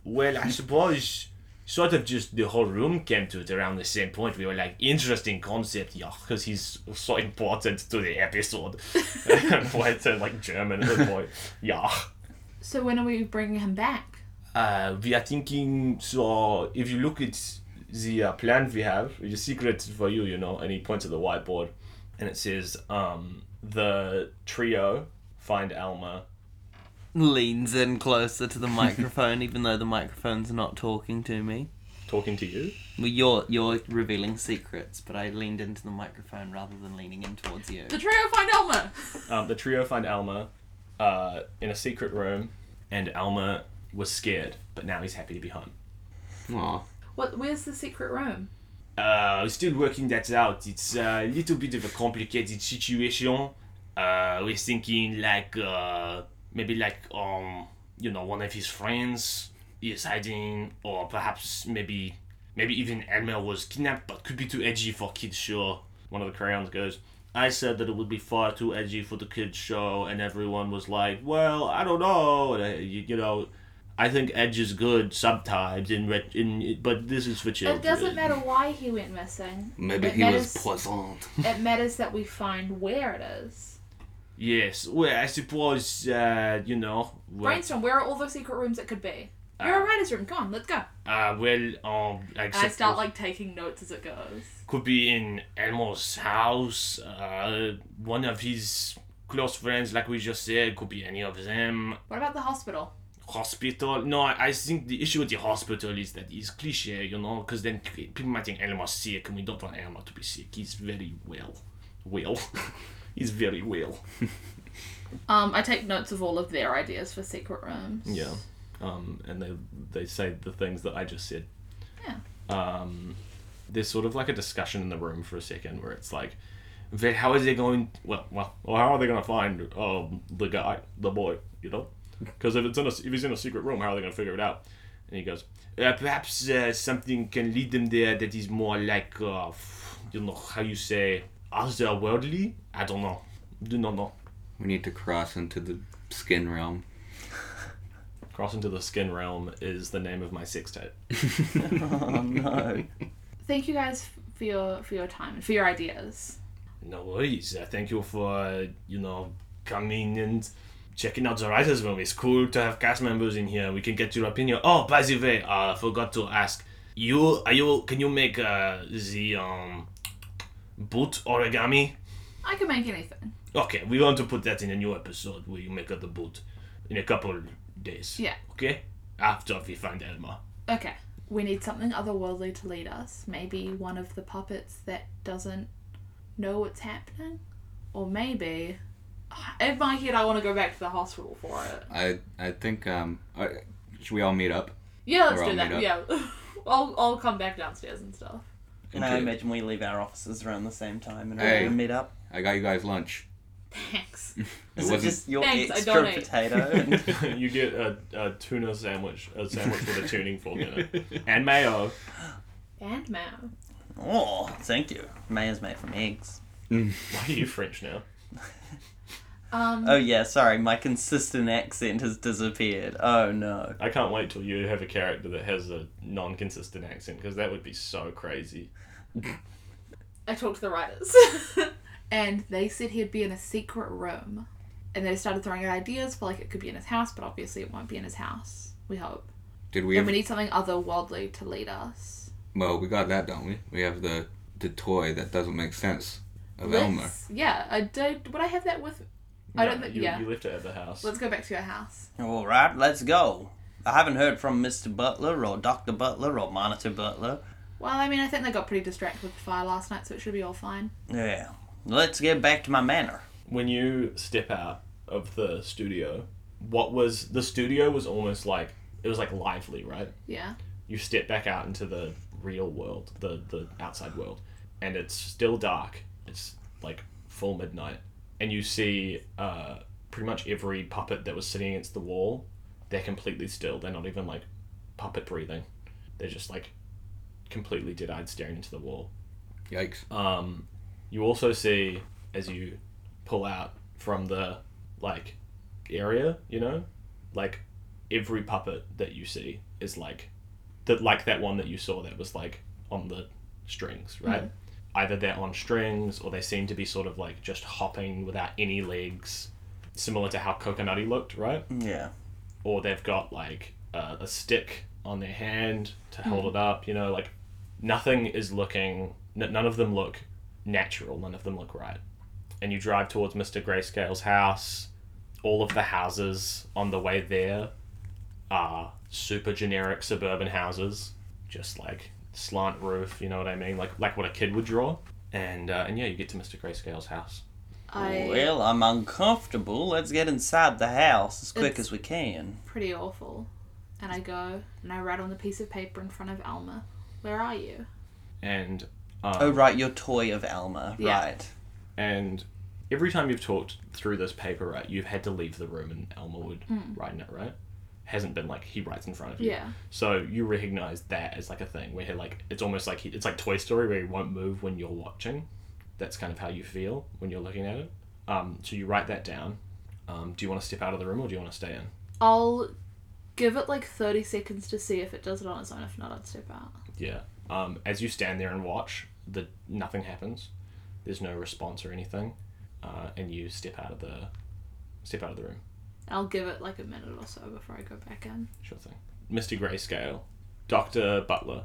[SPEAKER 2] well, I suppose, sort of just the whole room came to it around the same point. We were like, interesting concept, yeah, because he's so important to the episode. Why it sounded like German at the point, yeah.
[SPEAKER 1] So when are we bringing him back?
[SPEAKER 2] Uh, we are thinking, so if you look at the uh, plan we have, the secret for you, you know, and he points at the whiteboard and it says, um, the trio find Alma.
[SPEAKER 4] Leans in closer to the microphone, even though the microphone's not talking to me.
[SPEAKER 2] Talking to you?
[SPEAKER 4] Well, you're you're revealing secrets, but I leaned into the microphone rather than leaning in towards you.
[SPEAKER 1] The trio find Elmer!
[SPEAKER 2] Um, the trio find Alma uh, in a secret room, and Alma was scared, but now he's happy to be home.
[SPEAKER 5] Aw.
[SPEAKER 1] What? Where's the secret room?
[SPEAKER 2] Uh, we're still working that out. It's a little bit of a complicated situation. Uh, we're thinking like uh, maybe like um you know one of his friends is hiding, or perhaps maybe maybe even Elmer was kidnapped, but could be too edgy for kids show. One of the crayons goes. I said that it would be far too edgy for the kids show, and everyone was like, "Well, I don't know," and, uh, you, you know. I think edge is good sometimes, in, ret- in but this is for children.
[SPEAKER 1] It doesn't matter why he went missing.
[SPEAKER 5] Maybe
[SPEAKER 1] it
[SPEAKER 5] he was
[SPEAKER 1] matters,
[SPEAKER 5] poisoned.
[SPEAKER 1] It matters that we find where it is.
[SPEAKER 2] Yes, well, I suppose, uh, you know. Well,
[SPEAKER 1] Brainstorm. Where are all the secret rooms it could be? You're a writer's room. Come on, let's go.
[SPEAKER 2] uh, well, um, I
[SPEAKER 1] And I
[SPEAKER 2] suppose
[SPEAKER 1] start like taking notes as it goes.
[SPEAKER 2] could be in Elmo's house. Uh, one of his close friends, like we just said, could be any of them.
[SPEAKER 1] What about the hospital?
[SPEAKER 2] Hospital. No, I, I think the issue with the hospital is that it's cliche, you know, because then people might think Elmo's sick, and we don't want Elmo to be sick. He's very well. Well. He's very well.
[SPEAKER 1] Um, I take notes of all of their ideas for secret rooms.
[SPEAKER 2] Yeah. Um, and they they say the things that I just said.
[SPEAKER 1] Yeah.
[SPEAKER 2] Um, there's sort of like a discussion in the room for a second where it's like, "Well, how is they going? Well, well, well how are they going to find um, the guy, the boy? You know, because if it's in a if he's in a secret room, how are they going to figure it out?" And he goes, uh, "Perhaps uh, something can lead them there that is more like, uh, f- you know, how you say, otherworldly. I don't know. Do not know.
[SPEAKER 5] We need to cross into the skin realm.
[SPEAKER 2] Cross into the skin realm is the name of my sextet.
[SPEAKER 3] oh no.
[SPEAKER 1] Thank you guys f- for your for your time and for your ideas.
[SPEAKER 2] No worries. Uh, thank you for uh, you know coming and checking out the writers' room. It's cool to have cast members in here. We can get your opinion. Oh, by the way, uh, I forgot to ask. You are you? Can you make uh, the um boot origami?
[SPEAKER 1] I can make anything.
[SPEAKER 2] Okay, we want to put that in a new episode where you make up the boot in a couple days.
[SPEAKER 1] Yeah.
[SPEAKER 2] Okay. After we find Elma.
[SPEAKER 1] Okay. We need something otherworldly to lead us. Maybe one of the puppets that doesn't know what's happening, or maybe. In my head, I want to go back to the hospital for it.
[SPEAKER 5] I I think um, uh, should we all meet up?
[SPEAKER 1] Yeah, let's
[SPEAKER 5] We're all
[SPEAKER 1] do that.
[SPEAKER 5] made
[SPEAKER 1] Yeah, I'll I'll come back downstairs and stuff.
[SPEAKER 4] And I
[SPEAKER 5] Okay.
[SPEAKER 4] imagine we leave our offices around the same time and
[SPEAKER 5] Hey.
[SPEAKER 4] all meet up.
[SPEAKER 5] I got you guys lunch.
[SPEAKER 1] Thanks.
[SPEAKER 5] It
[SPEAKER 4] Is it,
[SPEAKER 5] wasn't-
[SPEAKER 4] just your
[SPEAKER 1] Thanks, I
[SPEAKER 4] extra
[SPEAKER 1] donate.
[SPEAKER 4] potato?
[SPEAKER 3] uh,
[SPEAKER 4] And...
[SPEAKER 2] you get a, a tuna sandwich, a sandwich with a tuning fork in it, and mayo.
[SPEAKER 1] And Mao.
[SPEAKER 4] oh, thank you. Mayor's made from eggs.
[SPEAKER 2] Why are you French now?
[SPEAKER 1] Um.
[SPEAKER 4] Oh yeah, sorry, my consistent accent has disappeared. Oh no.
[SPEAKER 2] I can't wait till you have a character that has a non-consistent accent because that would be so crazy.
[SPEAKER 1] I talked to the writers, and they said he'd be in a secret room, and they started throwing out ideas for like it could be in his house, but obviously it won't be in his house. We hope.
[SPEAKER 5] Did we?
[SPEAKER 1] And
[SPEAKER 5] Have,
[SPEAKER 1] we need something otherworldly to lead us.
[SPEAKER 5] well, we got that, don't we? We have the the toy that doesn't make sense of Elmer.
[SPEAKER 1] Let's- Yeah, I did. Would I have that with? I don't think.
[SPEAKER 2] you,
[SPEAKER 1] Yeah.
[SPEAKER 2] you left it at the house.
[SPEAKER 1] Let's go back to your house.
[SPEAKER 4] All right, let's go. I haven't heard from Mr. Butler or Dr. Butler or Monitor Butler.
[SPEAKER 1] Well, I mean, I think they got pretty distracted with the fire last night, so it should be all fine.
[SPEAKER 4] Yeah. Let's get back to my manor.
[SPEAKER 2] When you step out of the studio, what was the studio was almost like it was like lively, right?
[SPEAKER 1] Yeah.
[SPEAKER 2] You step back out into the real world, the the outside world, and it's still dark. It's like full midnight, and you see uh, pretty much every puppet that was sitting against the wall. They're completely still. They're not even like puppet breathing. They're just like completely dead-eyed staring into the wall.
[SPEAKER 5] Yikes!
[SPEAKER 2] Um, you also see as you pull out from the like area, you know, like every puppet that you see is like that, like that one that you saw that was like on the strings, right? Either they're on strings or they seem to be sort of like just hopping without any legs, similar to how Coconutty looked, right?
[SPEAKER 4] Yeah.
[SPEAKER 2] Or they've got like a, a stick on their hand to hold it up, you know, like nothing is looking n- none of them look natural none of them look right and you drive towards mr grayscale's house all of the houses on the way there are super generic suburban houses just like slant roof you know what i mean like like what a kid would draw and uh, and yeah you get to mr grayscale's house
[SPEAKER 1] I.
[SPEAKER 4] Well, I'm uncomfortable. Let's get inside the house as quick
[SPEAKER 1] It's-
[SPEAKER 4] as we can.
[SPEAKER 1] Pretty awful. And I go and I write on the piece of paper in front of Alma. Where are you?
[SPEAKER 2] and um,
[SPEAKER 4] Oh, right, your toy of Alma.
[SPEAKER 1] Yeah.
[SPEAKER 4] Right.
[SPEAKER 2] and every time you've talked through this paper, right, you've had to leave the room, and Elmer would write in it, right? Hasn't been like he writes in front of you.
[SPEAKER 1] Yeah.
[SPEAKER 2] So you recognize that as like a thing where he like it's almost like he, it's like Toy Story where he won't move when you're watching. That's kind of how you feel when you're looking at it. Um, so you write that down. Um, do you want to step out of the room or do you want to stay in?
[SPEAKER 1] I'll give it like 30 seconds to see if it does it on its own. If not, I'd step out.
[SPEAKER 2] Yeah. Um, as you stand there and watch, the nothing happens. There's no response or anything, uh, and you step out of the step out of the room.
[SPEAKER 1] I'll give it like a minute or so before I go back in.
[SPEAKER 2] Sure thing. Mr. Grayscale, Doctor Butler,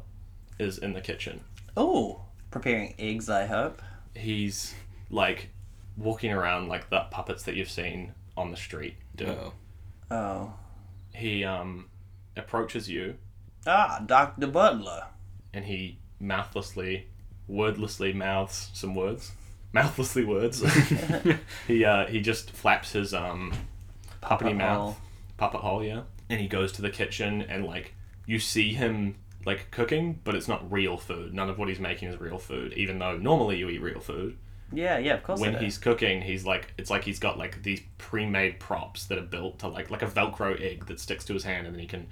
[SPEAKER 2] is in the kitchen.
[SPEAKER 4] Oh, preparing eggs, I hope.
[SPEAKER 2] He's like walking around like the puppets that you've seen on the street. Do.
[SPEAKER 5] Oh.
[SPEAKER 4] Oh.
[SPEAKER 2] He um approaches you
[SPEAKER 4] Ah, Dr. Butler.
[SPEAKER 2] and he mouthlessly, wordlessly mouths some words. Mouthlessly words. he uh, he just flaps his um puppety
[SPEAKER 4] Puppet
[SPEAKER 2] mouth
[SPEAKER 4] hole.
[SPEAKER 2] puppet hole, yeah. And he goes to the kitchen and like you see him like cooking, but it's not real food. None of what he's making is real food, even though normally you eat real food.
[SPEAKER 4] Yeah, yeah, of course.
[SPEAKER 2] when
[SPEAKER 4] it is.
[SPEAKER 2] he's cooking, he's like it's like he's got like these pre-made props that are built to like like a Velcro egg that sticks to his hand, and then he can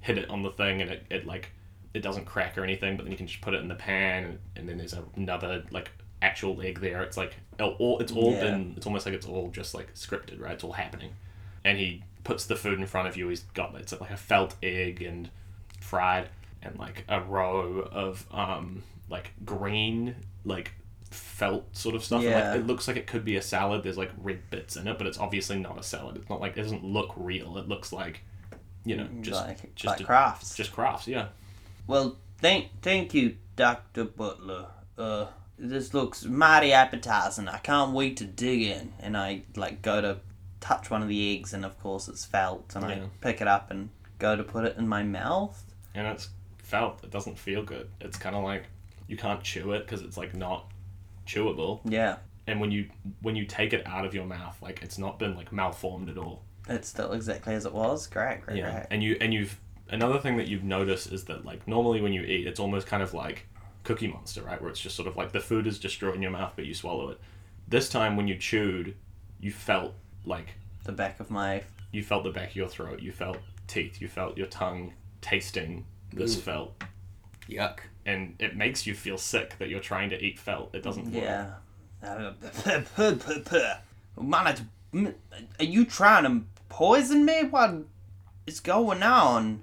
[SPEAKER 2] hit it on the thing, and it, it like it doesn't crack or anything, but then you can just put it in the pan, and, and then there's another like actual egg there. It's like it all it's all
[SPEAKER 4] Yeah.
[SPEAKER 2] been it's almost like it's all just like scripted, right? It's all happening, and he puts the food in front of you. He's got it's like a felt egg and fried and like a row of um like green like felt sort of stuff and,
[SPEAKER 4] Yeah.
[SPEAKER 2] like it looks like it could be a salad there's like red bits in it but it's obviously not a salad it's not like it doesn't look real it looks like you know just
[SPEAKER 4] like,
[SPEAKER 2] just
[SPEAKER 4] like
[SPEAKER 2] a-
[SPEAKER 4] crafts.
[SPEAKER 2] just crafts yeah
[SPEAKER 4] Well, thank thank you, Doctor Butler. Uh, this looks mighty appetizing. I can't wait to dig in. And I like go to touch one of the eggs, and of course it's felt, and
[SPEAKER 2] Yeah.
[SPEAKER 4] I pick it up and go to put it in my mouth.
[SPEAKER 2] and it's felt it doesn't feel good it's kind of like you can't chew it because it's like not chewable
[SPEAKER 4] Yeah,
[SPEAKER 2] and when you when you take it out of your mouth like it's not been like malformed at all
[SPEAKER 4] it's still exactly as it was. Great, great,
[SPEAKER 2] Yeah,
[SPEAKER 4] great.
[SPEAKER 2] and you and you've another thing that you've noticed is that like normally when you eat, it's almost kind of like Cookie Monster, right? Where it's just sort of like the food is destroyed in your mouth, but you swallow it. This time when you chewed, you felt like
[SPEAKER 4] The back of my
[SPEAKER 2] you felt the back of your throat, you felt teeth, you felt your tongue tasting this felt,
[SPEAKER 5] Yuck.
[SPEAKER 2] and it makes you feel sick that you're trying to eat felt. It doesn't work.
[SPEAKER 4] yeah. Man, it's- mm, are you trying to poison me? What is going on?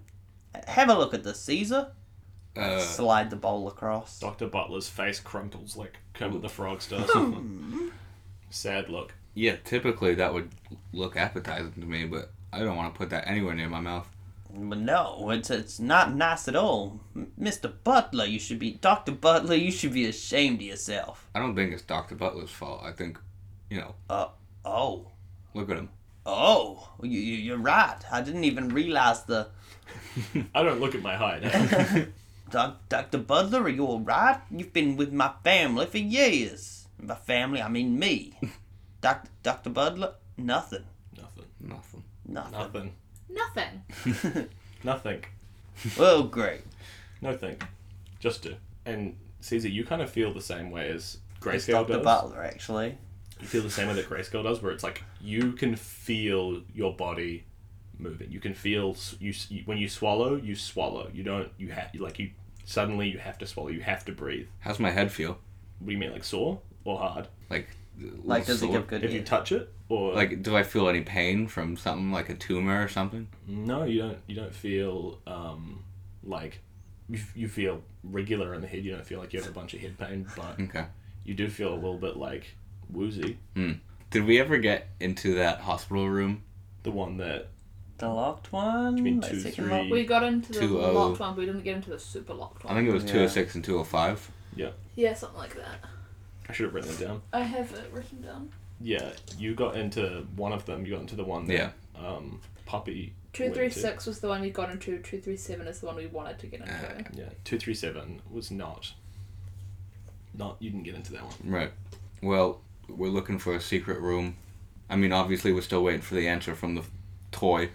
[SPEAKER 4] Have a look at this, Caesar.
[SPEAKER 5] Uh,
[SPEAKER 4] Slide the bowl across.
[SPEAKER 2] Doctor Butler's face crumples like Kermit the Frog does. Sad look.
[SPEAKER 5] yeah, typically that would look appetizing to me, but I don't want to put that anywhere near my mouth.
[SPEAKER 4] But no, it's it's not nice at all, M- Mr. Butler. You should be Doctor Butler. You should be ashamed of yourself.
[SPEAKER 5] I don't think it's Dr. Butler's fault. I think, you know,
[SPEAKER 4] Oh,
[SPEAKER 5] look at him.
[SPEAKER 4] oh, you, you you're right. I didn't even realize the
[SPEAKER 2] I don't look at my hide.
[SPEAKER 4] doc, Doctor Butler. Are you all right? You've been with my family for years. My family, I mean me. Doctor Doctor Butler, nothing,
[SPEAKER 2] Nothing.
[SPEAKER 5] Nothing.
[SPEAKER 4] nothing.
[SPEAKER 2] Nothing.
[SPEAKER 1] Nothing.
[SPEAKER 2] Nothing.
[SPEAKER 4] Well, great.
[SPEAKER 2] No think. Just do. And Caesar, you kind of feel the same way as
[SPEAKER 4] It's
[SPEAKER 2] Grayscale
[SPEAKER 4] Doctor
[SPEAKER 2] does.
[SPEAKER 4] Butler, actually.
[SPEAKER 2] You feel the same way that Grayscale does, where it's like you can feel your body moving. You can feel s- you, s- you when you swallow, you swallow. You don't. You have like you suddenly you have to swallow. You have to breathe.
[SPEAKER 5] How's my head feel?
[SPEAKER 2] What do you mean, like sore or hard?
[SPEAKER 5] Like,
[SPEAKER 4] Like, does it
[SPEAKER 5] sore?
[SPEAKER 4] give good?
[SPEAKER 2] If you
[SPEAKER 4] ear?
[SPEAKER 2] touch it, or
[SPEAKER 5] Like, do I feel any pain from something like a tumor or something?
[SPEAKER 2] no, you don't. You don't feel um like you, f- you feel regular in the head. You don't feel like you have a bunch of head pain, but
[SPEAKER 5] Okay.
[SPEAKER 2] you do feel a little bit like woozy.
[SPEAKER 5] Did we ever get into that hospital room?
[SPEAKER 2] The one that
[SPEAKER 4] the locked one.
[SPEAKER 2] mean
[SPEAKER 4] the
[SPEAKER 2] two,
[SPEAKER 4] second
[SPEAKER 2] three?
[SPEAKER 4] lock-
[SPEAKER 1] We got into the
[SPEAKER 5] 2-0.
[SPEAKER 1] locked one, but we didn't get into the super locked
[SPEAKER 5] I
[SPEAKER 1] one.
[SPEAKER 5] think it was
[SPEAKER 4] Yeah.
[SPEAKER 5] 206 and 205.
[SPEAKER 1] Yeah, something like that.
[SPEAKER 2] I should have written it down.
[SPEAKER 1] I have it written down.
[SPEAKER 2] Yeah, you got into one of them. You got into the one that
[SPEAKER 5] Yeah.
[SPEAKER 2] um, Poppy.
[SPEAKER 1] Two
[SPEAKER 2] went
[SPEAKER 1] three
[SPEAKER 2] to.
[SPEAKER 1] six was the one we got into. Two three seven is the one we wanted to get into.
[SPEAKER 2] Yeah, two three seven was not. Not you didn't get into that one.
[SPEAKER 5] Right. Well, we're looking for a secret room. I mean, obviously, we're still waiting for the answer from the toy.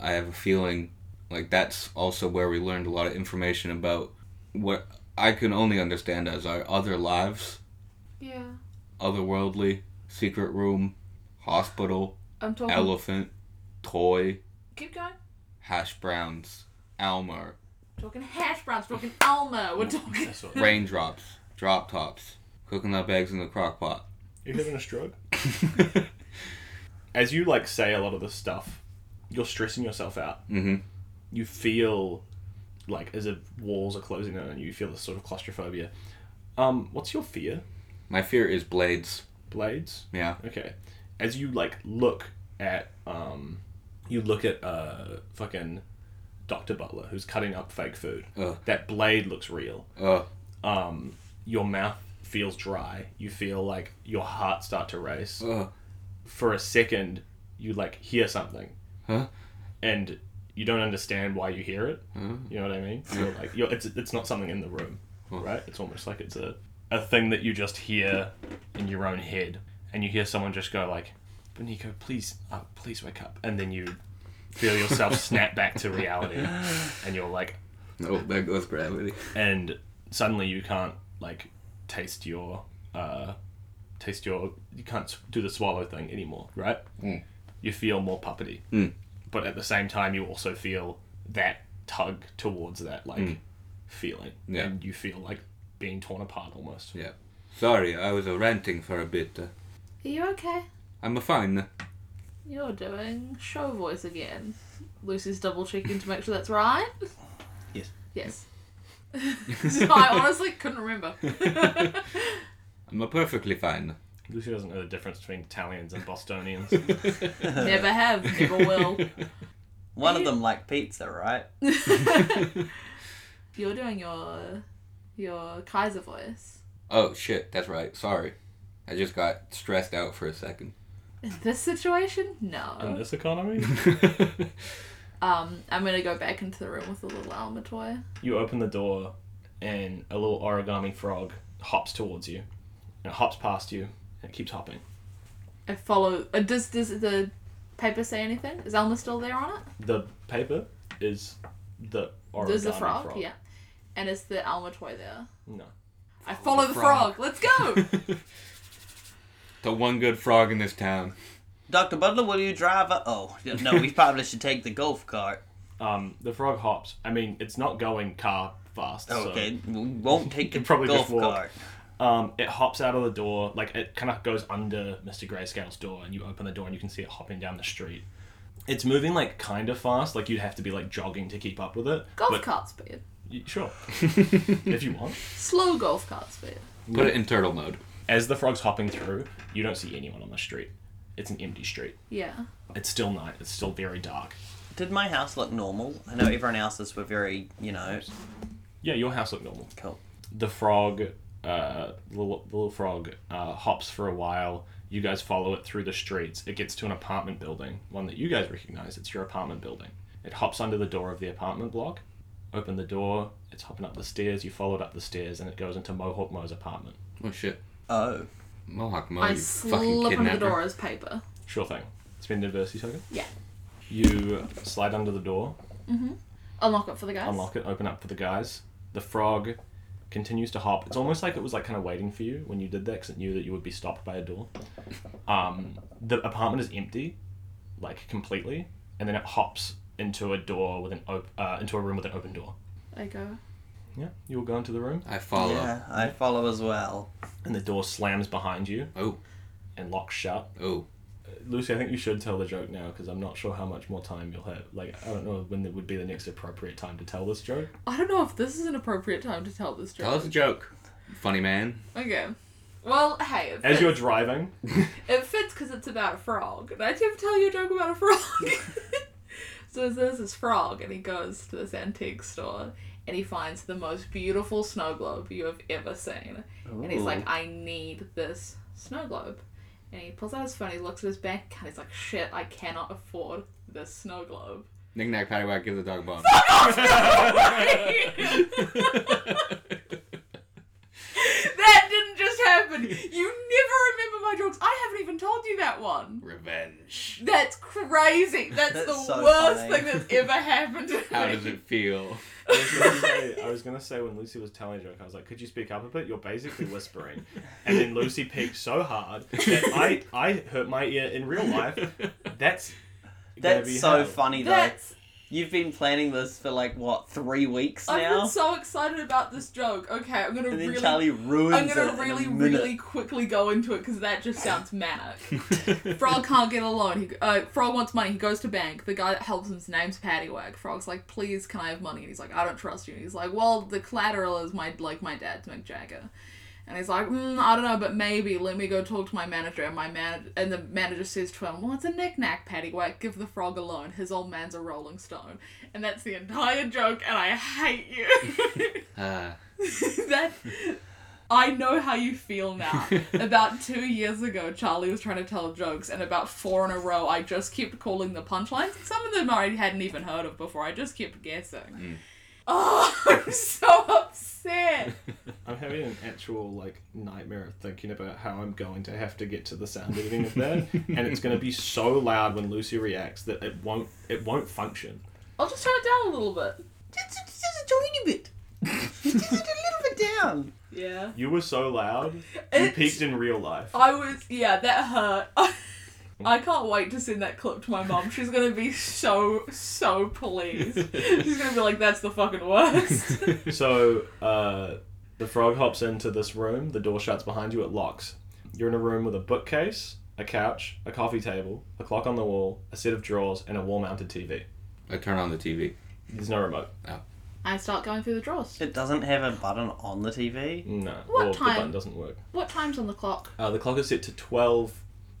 [SPEAKER 5] I have a feeling like that's also where we learned a lot of information about what I can only understand as our other lives,
[SPEAKER 1] Yeah.
[SPEAKER 5] otherworldly, secret room, hospital,
[SPEAKER 1] I'm talking.
[SPEAKER 5] elephant, toy,
[SPEAKER 1] Keep going.
[SPEAKER 5] hash browns, Almer,
[SPEAKER 1] Talking hash browns. Talking Elmer. We're talking.
[SPEAKER 2] That's what-
[SPEAKER 5] raindrops, drop tops, cooking up eggs in the crock pot. Mm-hmm.
[SPEAKER 2] You having a stroke? As you like say a lot of this stuff, you're stressing yourself out.
[SPEAKER 5] Mm-hmm.
[SPEAKER 2] You feel like as if walls are closing in on you. You feel this sort of claustrophobia. Um, what's your fear?
[SPEAKER 5] My fear is blades.
[SPEAKER 2] Blades.
[SPEAKER 5] Yeah.
[SPEAKER 2] Okay. As you like look at um, you look at uh fucking Doctor Butler who's cutting up fake food.
[SPEAKER 5] Ugh.
[SPEAKER 2] That blade looks real.
[SPEAKER 5] Ugh.
[SPEAKER 2] Um, your mouth feels dry. You feel like your heart start to race.
[SPEAKER 5] Ugh.
[SPEAKER 2] for a second you like hear something
[SPEAKER 5] Huh?
[SPEAKER 2] and you don't understand why you hear it
[SPEAKER 5] Huh?
[SPEAKER 2] you know what i mean you're like you're, it's, it's not something in the room
[SPEAKER 5] Huh.
[SPEAKER 2] right it's almost like it's a, a thing that you just hear in your own head and you hear someone just go like benico please uh, please wake up and then you feel yourself snap back to reality and you're like
[SPEAKER 5] Oh, there goes gravity.
[SPEAKER 2] and suddenly you can't like taste your uh, taste your you can't s- do the swallow thing anymore right
[SPEAKER 5] Mm.
[SPEAKER 2] you feel more puppety
[SPEAKER 5] Mm.
[SPEAKER 2] but at the same time you also feel that tug towards that like
[SPEAKER 5] Mm.
[SPEAKER 2] feeling
[SPEAKER 5] Yeah.
[SPEAKER 2] and you feel like being torn apart almost
[SPEAKER 5] Yeah. Sorry, I was uh, ranting for a bit. Uh,
[SPEAKER 1] Are you okay?
[SPEAKER 5] I'm a fine.
[SPEAKER 1] You're doing show voice again. Lucy's double checking to make sure that's right.
[SPEAKER 2] Yes.
[SPEAKER 1] Yes. so I honestly couldn't remember.
[SPEAKER 5] I'm a perfectly fine.
[SPEAKER 2] lucy doesn't know the difference between italians and bostonians
[SPEAKER 1] never have, never will.
[SPEAKER 3] One of
[SPEAKER 1] You-
[SPEAKER 3] them like pizza, right?
[SPEAKER 1] You're doing your your Kaiser voice.
[SPEAKER 5] Oh shit, that's right. Sorry. I just got stressed out for a second.
[SPEAKER 1] In this situation,
[SPEAKER 2] in
[SPEAKER 1] no.
[SPEAKER 2] this economy Oh.
[SPEAKER 1] Um, I'm gonna go back into the room with the little Alma toy.
[SPEAKER 2] you open the door and a little origami frog hops towards you and it hops past you and it keeps hopping
[SPEAKER 1] I follow. Uh, does does the paper say anything? Is Alma still there on it?
[SPEAKER 2] The paper is the origami
[SPEAKER 1] There's the frog, yeah. And is the Alma toy there?
[SPEAKER 2] No.
[SPEAKER 1] I follow the frog. Let's go.
[SPEAKER 5] the one good frog in this town.
[SPEAKER 3] Dr. Butler, will you drive a. Oh, no, we probably should take the golf cart.
[SPEAKER 2] Um, the frog hops. I mean, it's not going car fast.
[SPEAKER 3] Okay, we won't take the
[SPEAKER 2] You probably
[SPEAKER 3] golf
[SPEAKER 2] just walk.
[SPEAKER 3] cart.
[SPEAKER 2] So, um, it hops out of the door. Like it kind of goes under Mr. Grayscale's door, and you open the door, and you can see it hopping down the street. It's moving like kind of fast. Like you'd have to be like jogging to keep up with it.
[SPEAKER 1] golf
[SPEAKER 2] but
[SPEAKER 1] cart speed.
[SPEAKER 2] y- sure, if you want.
[SPEAKER 1] Slow golf cart speed.
[SPEAKER 5] Put it in turtle mode.
[SPEAKER 2] As the frog's hopping through, you don't see anyone on the street. It's an empty street.
[SPEAKER 1] Yeah.
[SPEAKER 2] It's still night. It's still very dark.
[SPEAKER 3] Did my house look normal? I know everyone else's were very, you know,
[SPEAKER 2] Yeah, your house looked normal.
[SPEAKER 3] cool.
[SPEAKER 2] the frog, uh, the little, the little frog, uh, hops for a while. You guys follow it through the streets. It gets to an apartment building, one that you guys recognize. It's your apartment building. It hops under the door of the apartment block. Open the door. It's hopping up the stairs. You follow it up the stairs, and it goes into Mohawk Mo's apartment.
[SPEAKER 5] Oh shit.
[SPEAKER 3] Oh.
[SPEAKER 5] Mohawk mode,
[SPEAKER 1] I
[SPEAKER 5] you fucking
[SPEAKER 1] slip under
[SPEAKER 5] kidnapper.
[SPEAKER 1] the door as paper.
[SPEAKER 2] Sure thing. Spend an adversity token.
[SPEAKER 1] Yeah.
[SPEAKER 2] You slide under the door,
[SPEAKER 1] Unlock it for the guys.
[SPEAKER 2] unlock it, open up for the guys. The frog continues to hop. It's almost like it was like kind of waiting for you when you did that because it knew that you would be stopped by a door. Um, the apartment is empty, like completely, and then it hops into a door with an op- uh, into a room with an open door.
[SPEAKER 1] I go.
[SPEAKER 2] Yeah, you will go into the room,
[SPEAKER 5] I follow.
[SPEAKER 3] Yeah, I follow as well.
[SPEAKER 2] and the door slams behind you
[SPEAKER 5] Oh,
[SPEAKER 2] and locks shut.
[SPEAKER 5] oh.
[SPEAKER 2] Lucy, I think you should tell the joke now because I'm not sure how much more time you'll have. Like, I don't know when would be the next appropriate time to tell this joke.
[SPEAKER 1] I don't know if this is an appropriate time to tell this
[SPEAKER 5] Tell
[SPEAKER 1] joke.
[SPEAKER 5] us a joke. Funny man.
[SPEAKER 1] Okay. Well, hey, it
[SPEAKER 2] As
[SPEAKER 1] fits,
[SPEAKER 2] you're driving,
[SPEAKER 1] it fits because it's about a frog. Did I ever tell you a joke about a frog? so there's this frog, and he goes to this antique store, and he finds the most beautiful snow globe you have ever seen. And he's like, I need this snow globe. And he pulls out his phone, he looks at his bank account, he's like, shit, I cannot afford this snow globe.
[SPEAKER 5] Knick knack paddywhack, give the dog a bone.
[SPEAKER 1] that didn't just happen. You never remember my jokes. I haven't even told you that one.
[SPEAKER 5] Revenge.
[SPEAKER 1] That's crazy. That's,
[SPEAKER 3] That's
[SPEAKER 1] the
[SPEAKER 3] so
[SPEAKER 1] worst
[SPEAKER 3] funny.
[SPEAKER 1] thing that's ever happened to me.
[SPEAKER 5] How does it feel?
[SPEAKER 2] I was, gonna say, I was gonna say when Lucy was telling a joke, I was like, "Could you speak up a bit? You're basically whispering." And then Lucy peaked so hard that I I hurt my ear in real life. That's gonna
[SPEAKER 3] That's
[SPEAKER 2] be
[SPEAKER 3] so
[SPEAKER 2] hell.
[SPEAKER 3] funny though.
[SPEAKER 1] That's
[SPEAKER 3] You've been planning this for like what three weeks
[SPEAKER 1] I've
[SPEAKER 3] now,
[SPEAKER 1] been so excited about this joke. Okay, I'm gonna
[SPEAKER 3] and then
[SPEAKER 1] really,
[SPEAKER 3] Charlie ruins
[SPEAKER 1] I'm gonna
[SPEAKER 3] it
[SPEAKER 1] really,
[SPEAKER 3] in a minute.
[SPEAKER 1] really quickly go into it because that just sounds manic. Frog can't get a loan. He, uh, Frog wants money. He goes to bank. The guy that helps him's name's Paddywhack. Frog's like, "Please, can I have money?" And he's like, "I don't trust you." And he's like, "Well, the collateral is my like my dad's Mick Jagger." And he's like, mm, "I don't know, but maybe let me go talk to my manager." And my man and the manager says to him, "Well, it's a knickknack, Paddywhack. Give the frog a loan. His old man's a Rolling Stone." And that's the entire joke. And I hate you.
[SPEAKER 5] Ah.
[SPEAKER 1] that I know how you feel now. about two years ago, Charlie was trying to tell jokes, and about four in a row, I just kept calling the punchlines. Some of them I hadn't even heard of before. I just kept guessing. Oh, I'm so upset.
[SPEAKER 2] I'm having an actual like nightmare of thinking about how I'm going to have to get to the sound editing of that, and it's gonna be so loud when Lucy reacts that it won't it won't function.
[SPEAKER 1] I'll just turn it down a little bit.
[SPEAKER 3] Just, just a tiny bit. just a little bit down.
[SPEAKER 1] Yeah.
[SPEAKER 2] You were so loud, you
[SPEAKER 1] It's-
[SPEAKER 2] peaked in real life.
[SPEAKER 1] I was. Yeah, that hurt. I can't wait to send that clip to my mom. She's gonna be so, so pleased. She's gonna be like, that's the fucking worst.
[SPEAKER 2] So, uh, the frog hops into this room, the door shuts behind you, it locks. You're in a room with a bookcase, a couch, a coffee table, a clock on the wall, a set of drawers, and a wall mounted TV.
[SPEAKER 5] I turn on the TV.
[SPEAKER 2] There's no remote.
[SPEAKER 1] I start going through the drawers.
[SPEAKER 3] It doesn't have a button on the TV.
[SPEAKER 2] No.
[SPEAKER 1] What
[SPEAKER 2] or
[SPEAKER 1] time?
[SPEAKER 2] the button doesn't work.
[SPEAKER 1] What time's on the clock?
[SPEAKER 2] Uh, the clock is set to 12,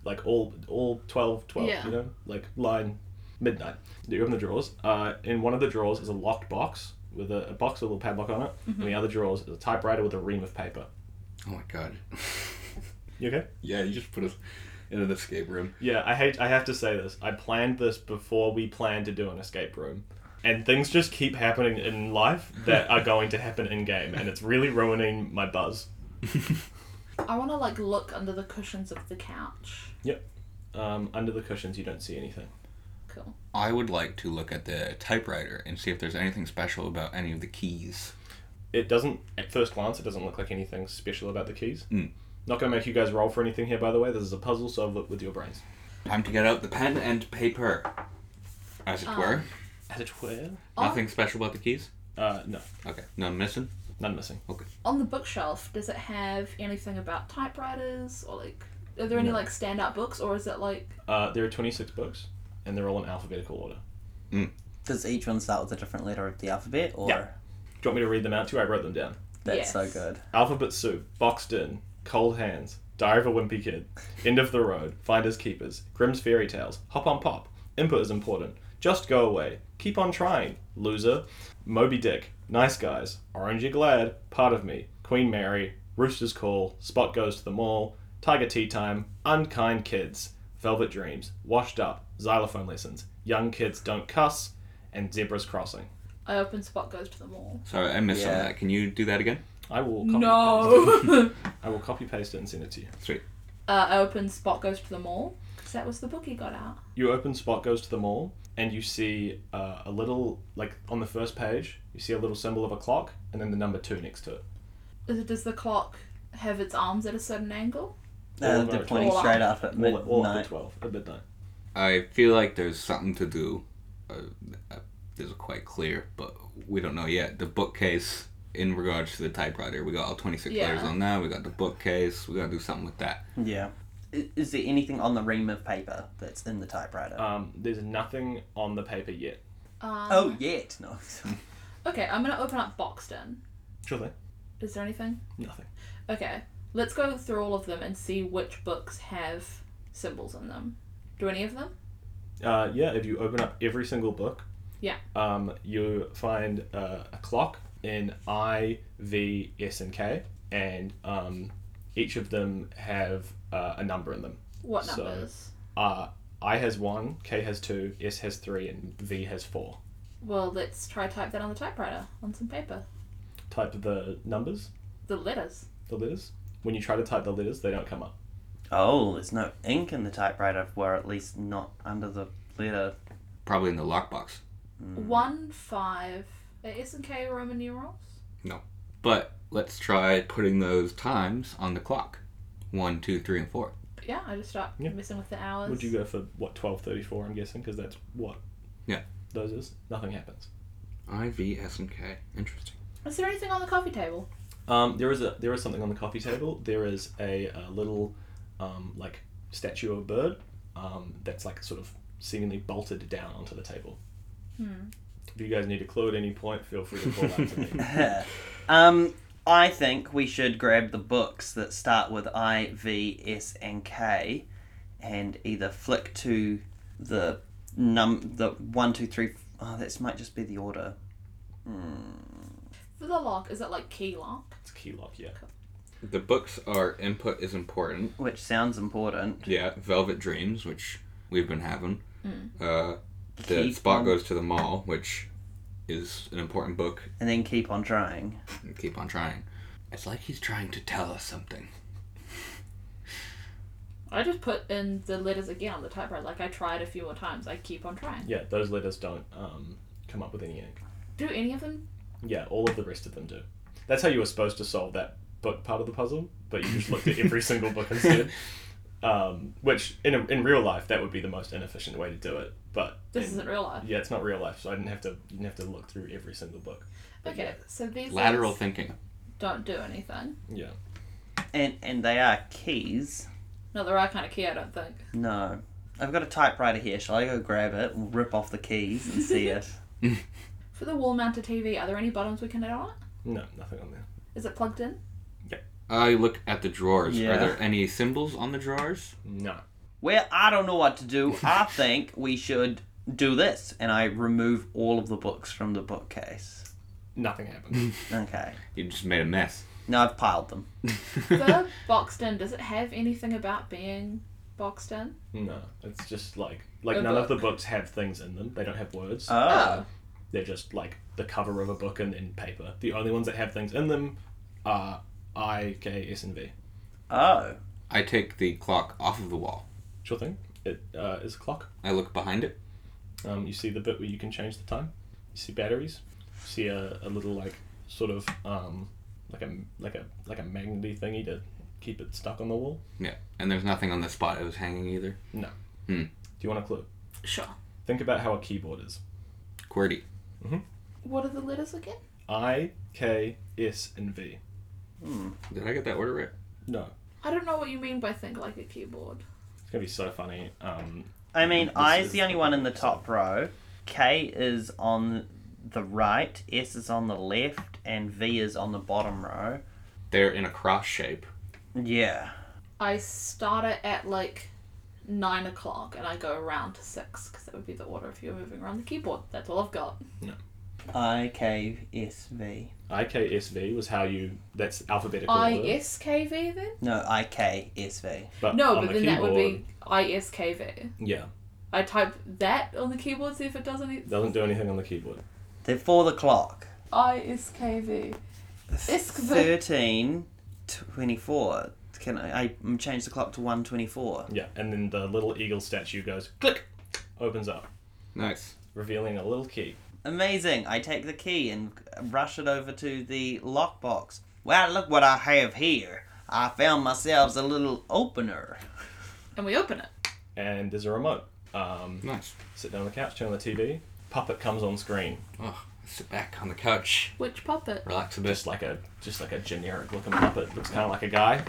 [SPEAKER 2] like all all 12, 12,
[SPEAKER 1] Yeah.
[SPEAKER 2] you know? Like line midnight. You open the drawers. Uh, in one of the drawers is a locked box with a, a box with a little padlock on it.
[SPEAKER 1] Mm-hmm.
[SPEAKER 2] In the other drawers is a typewriter with a ream of paper.
[SPEAKER 5] Oh my god.
[SPEAKER 2] You okay?
[SPEAKER 5] yeah, you just put us in an escape room.
[SPEAKER 2] Yeah, I hate. I have to say this. I planned this before we planned to do an escape room, and things just keep happening in life that are going to happen in game, and it's really ruining my buzz.
[SPEAKER 1] I want to like look under the cushions of the couch.
[SPEAKER 2] Um, under the cushions, you don't see anything.
[SPEAKER 1] Cool.
[SPEAKER 5] I would like to look at the typewriter and see if there's anything special about any of the keys.
[SPEAKER 2] It doesn't. At first glance, it doesn't look like anything special about the keys.
[SPEAKER 5] Mm.
[SPEAKER 2] Not gonna make you guys roll for anything here, by the way. This is a puzzle, solve it with your brains.
[SPEAKER 5] Time to get out the pen and paper. As it were.
[SPEAKER 2] As it were.
[SPEAKER 1] Oh.
[SPEAKER 5] Nothing special about the keys?
[SPEAKER 2] Uh, no,
[SPEAKER 5] Okay. None missing?
[SPEAKER 2] none missing.
[SPEAKER 1] On the bookshelf, does it have anything about typewriters or like? Are there any
[SPEAKER 2] No.
[SPEAKER 1] like standout books or is it like?
[SPEAKER 2] Uh, there are twenty six books, and they're all in alphabetical order.
[SPEAKER 3] Does each one start with a different letter of the alphabet, or
[SPEAKER 2] Yeah. Do you want me to read them out to you? I wrote them down.
[SPEAKER 3] that's so
[SPEAKER 1] Yes.
[SPEAKER 3] good?
[SPEAKER 2] Alphabet Soup, Boxed In, Cold Hands, Diary of a Wimpy Kid, End of the Road, Finders Keepers, Grimm's Fairy Tales, Hop on Pop, Input is Important, Just Go Away, Keep on Trying, Loser, Moby Dick, Nice Guys, Orange You Glad, Part of Me, Queen Mary, Rooster's Call, Spot Goes to the Mall, Tiger Tea Time, Unkind Kids, Velvet Dreams, Washed Up, Xylophone Lessons, Young Kids Don't Cuss, and Zebra's Crossing.
[SPEAKER 1] I open spot goes to the mall.
[SPEAKER 5] Sorry, I missed some of
[SPEAKER 3] Yeah.
[SPEAKER 5] that. Can you do that again?
[SPEAKER 2] I will copy paste
[SPEAKER 1] No.
[SPEAKER 2] it. I will copy paste it and send it to you.
[SPEAKER 1] uh, I open spot goes to the mall because that was the book he got out.
[SPEAKER 2] you open spot goes to the mall and you see uh, a little like on the first page you see a little symbol of a clock and then the number two next to it
[SPEAKER 1] Is it- Does the clock have its arms at a certain angle?
[SPEAKER 2] All
[SPEAKER 3] Uh,
[SPEAKER 2] of
[SPEAKER 3] they're
[SPEAKER 2] our
[SPEAKER 3] pointing
[SPEAKER 1] twelve.
[SPEAKER 3] straight up at
[SPEAKER 2] all, at- all up
[SPEAKER 3] midnight.
[SPEAKER 2] to 12 at midnight
[SPEAKER 5] I feel like there's something to do. Uh, uh, this is quite clear, but we don't know yet. The bookcase in regards to the typewriter, we got all 26
[SPEAKER 1] Yeah.
[SPEAKER 5] letters on that. We got the bookcase. We gotta do something with that.
[SPEAKER 3] Yeah. I- Is there anything on the ream of paper that's in the typewriter?
[SPEAKER 2] um, there's nothing on the paper yet
[SPEAKER 1] Um,
[SPEAKER 3] oh, yet no.
[SPEAKER 1] Okay, I'm gonna open up Boxton.
[SPEAKER 2] sure thing
[SPEAKER 1] Is there anything?
[SPEAKER 2] nothing
[SPEAKER 1] Okay, let's go through all of them and see which books have symbols in them. Do any of them?
[SPEAKER 2] uh, yeah if you open up every single book
[SPEAKER 1] Yeah.
[SPEAKER 2] um, you find uh, a clock in i v s and k and um, each of them have uh, a number in them
[SPEAKER 1] What
[SPEAKER 2] So-
[SPEAKER 1] numbers?
[SPEAKER 2] uh, i has one k has two s has three and v has four
[SPEAKER 1] Well, let's try type that on the typewriter on some paper.
[SPEAKER 2] type the numbers,
[SPEAKER 1] The letters.
[SPEAKER 2] the letters. When you try to type the letters, they don't come up.
[SPEAKER 3] Oh, there's no ink in the typewriter, or at least not under the letter.
[SPEAKER 5] Probably in the lockbox.
[SPEAKER 1] One five. Are S and K Roman numerals?
[SPEAKER 5] But let's try putting those times on the clock. One, two, three, and four.
[SPEAKER 1] Yeah, I just start
[SPEAKER 2] Yeah.
[SPEAKER 1] messing with the hours.
[SPEAKER 2] Would you go for what twelve thirty four? I'm guessing because that's what.
[SPEAKER 5] Yeah.
[SPEAKER 2] Those is nothing happens.
[SPEAKER 5] I V S and K. Interesting.
[SPEAKER 1] Is there anything on the coffee table?
[SPEAKER 2] Um, there is a there is something on the coffee table. There is a, a little um, like statue of a bird um, that's like sort of seemingly bolted down onto the table.
[SPEAKER 1] Hmm.
[SPEAKER 2] If you guys need a clue at any point, feel free to call out to me.
[SPEAKER 3] um, I think we should grab the books that start with I, V, S, and K, and either flick to the num the one, two, three. Oh, this might just be the order.
[SPEAKER 1] For the lock, is it like key lock?
[SPEAKER 2] It's key lock, yeah.
[SPEAKER 5] The books are Input is Important.
[SPEAKER 3] Which sounds important.
[SPEAKER 5] Yeah. Velvet Dreams, which we've been having. Uh, the
[SPEAKER 3] Keep
[SPEAKER 5] Spot
[SPEAKER 3] on-
[SPEAKER 5] Goes to the Mall, which is an important book.
[SPEAKER 3] And then keep on trying.
[SPEAKER 5] Keep on trying. It's like he's trying to tell us something.
[SPEAKER 1] I just put in the letters again on the typewriter. Like I tried a few more times. I keep on trying.
[SPEAKER 2] Yeah, those letters don't um, come up with any ink.
[SPEAKER 1] Do any of them?
[SPEAKER 2] Yeah, all of the rest of them do. That's how you were supposed to solve that book part of the puzzle, but you just looked at every single book instead. Um, which in, a, in real life that would be the most inefficient way to do it, but
[SPEAKER 1] This
[SPEAKER 2] in-
[SPEAKER 1] isn't real life.
[SPEAKER 2] yeah, it's not real life, so I didn't have to didn't have to look through every single book. But
[SPEAKER 1] Okay, so these
[SPEAKER 5] Lateral
[SPEAKER 1] letters
[SPEAKER 5] thinking.
[SPEAKER 1] don't do anything.
[SPEAKER 2] Yeah,
[SPEAKER 3] And and they are keys.
[SPEAKER 1] Not the right kind of key, I don't think.
[SPEAKER 3] No. I've got a typewriter here. Shall I go grab it and rip off the keys and see it?
[SPEAKER 1] For the wall-mounted TV, are there any buttons we can hit on it?
[SPEAKER 2] yeah. no, nothing on there.
[SPEAKER 1] Is it plugged in?
[SPEAKER 5] I look at the drawers.
[SPEAKER 3] Yeah.
[SPEAKER 5] Are there any symbols on the drawers?
[SPEAKER 2] No,
[SPEAKER 3] Well, I don't know what to do. I think we should do this. And I remove all of the books from the bookcase.
[SPEAKER 2] nothing happened.
[SPEAKER 3] Okay.
[SPEAKER 5] You just made a mess.
[SPEAKER 3] Now I've piled them.
[SPEAKER 1] The boxed in. Does it have anything about being boxed in?
[SPEAKER 2] no, it's just like like
[SPEAKER 1] A
[SPEAKER 2] none of the
[SPEAKER 1] book.
[SPEAKER 2] books have things in them. They don't have words.
[SPEAKER 1] Ah.
[SPEAKER 3] Oh.
[SPEAKER 2] They're just like the cover of a book and, and paper. The only ones that have things in them are I, K, S, and V.
[SPEAKER 3] Oh.
[SPEAKER 5] I take the clock off of the wall.
[SPEAKER 2] Sure thing. It uh, is a clock.
[SPEAKER 5] I look behind it.
[SPEAKER 2] Um, you see the bit where you can change the time. You see batteries. You see a, a little like sort of um, like a like a like a magnety thingy to keep it stuck on the wall.
[SPEAKER 5] Yeah. And there's nothing on the spot it was hanging either.
[SPEAKER 2] Do you want a clue?
[SPEAKER 1] Sure.
[SPEAKER 2] Think about how a keyboard is.
[SPEAKER 5] QWERTY.
[SPEAKER 1] What are the letters again?
[SPEAKER 2] I K S and V.
[SPEAKER 5] Did I get that order right?
[SPEAKER 2] No,
[SPEAKER 1] I don't know what you mean by think like a keyboard.
[SPEAKER 2] it's gonna be so funny. Um,
[SPEAKER 3] I mean,
[SPEAKER 2] This
[SPEAKER 3] I is
[SPEAKER 2] is
[SPEAKER 3] the only one in the top row. K is on the right. S is on the left. And V is on the bottom row.
[SPEAKER 5] They're in a cross shape.
[SPEAKER 3] Yeah.
[SPEAKER 1] I start it at like nine o'clock and I go around to six because that would be the order if you're moving around the keyboard. That's all I've got.
[SPEAKER 3] I, K, S, V.
[SPEAKER 2] I K S V was how you. That's alphabetical
[SPEAKER 1] I
[SPEAKER 2] order.
[SPEAKER 1] S K V then?
[SPEAKER 3] No, I, K, S, V.
[SPEAKER 2] But
[SPEAKER 1] No,
[SPEAKER 2] on
[SPEAKER 1] but
[SPEAKER 2] the
[SPEAKER 1] then that
[SPEAKER 2] keyboard,
[SPEAKER 1] would be I S K V.
[SPEAKER 2] yeah,
[SPEAKER 1] I type that on the keyboard, see if it does any.
[SPEAKER 2] doesn't do anything on the keyboard.
[SPEAKER 3] They're for the clock.
[SPEAKER 1] I S K V. Iskv.
[SPEAKER 3] 13, 24. Can I, I change the clock to 124?
[SPEAKER 2] Yeah, and then the little eagle statue goes click, opens up,
[SPEAKER 5] Nice.
[SPEAKER 2] revealing a little key.
[SPEAKER 3] Amazing. I take the key and rush it over to the lockbox. Well, look what I have here. I found myself a little opener.
[SPEAKER 1] And we open it.
[SPEAKER 2] and there's a remote. Um,
[SPEAKER 5] Nice.
[SPEAKER 2] sit down on the couch, turn on the TV. Puppet comes on screen,
[SPEAKER 5] Oh, sit back on the couch.
[SPEAKER 1] Which puppet?
[SPEAKER 5] Relax a bit.
[SPEAKER 2] just like a just like a generic looking puppet. Looks kind of like a guy.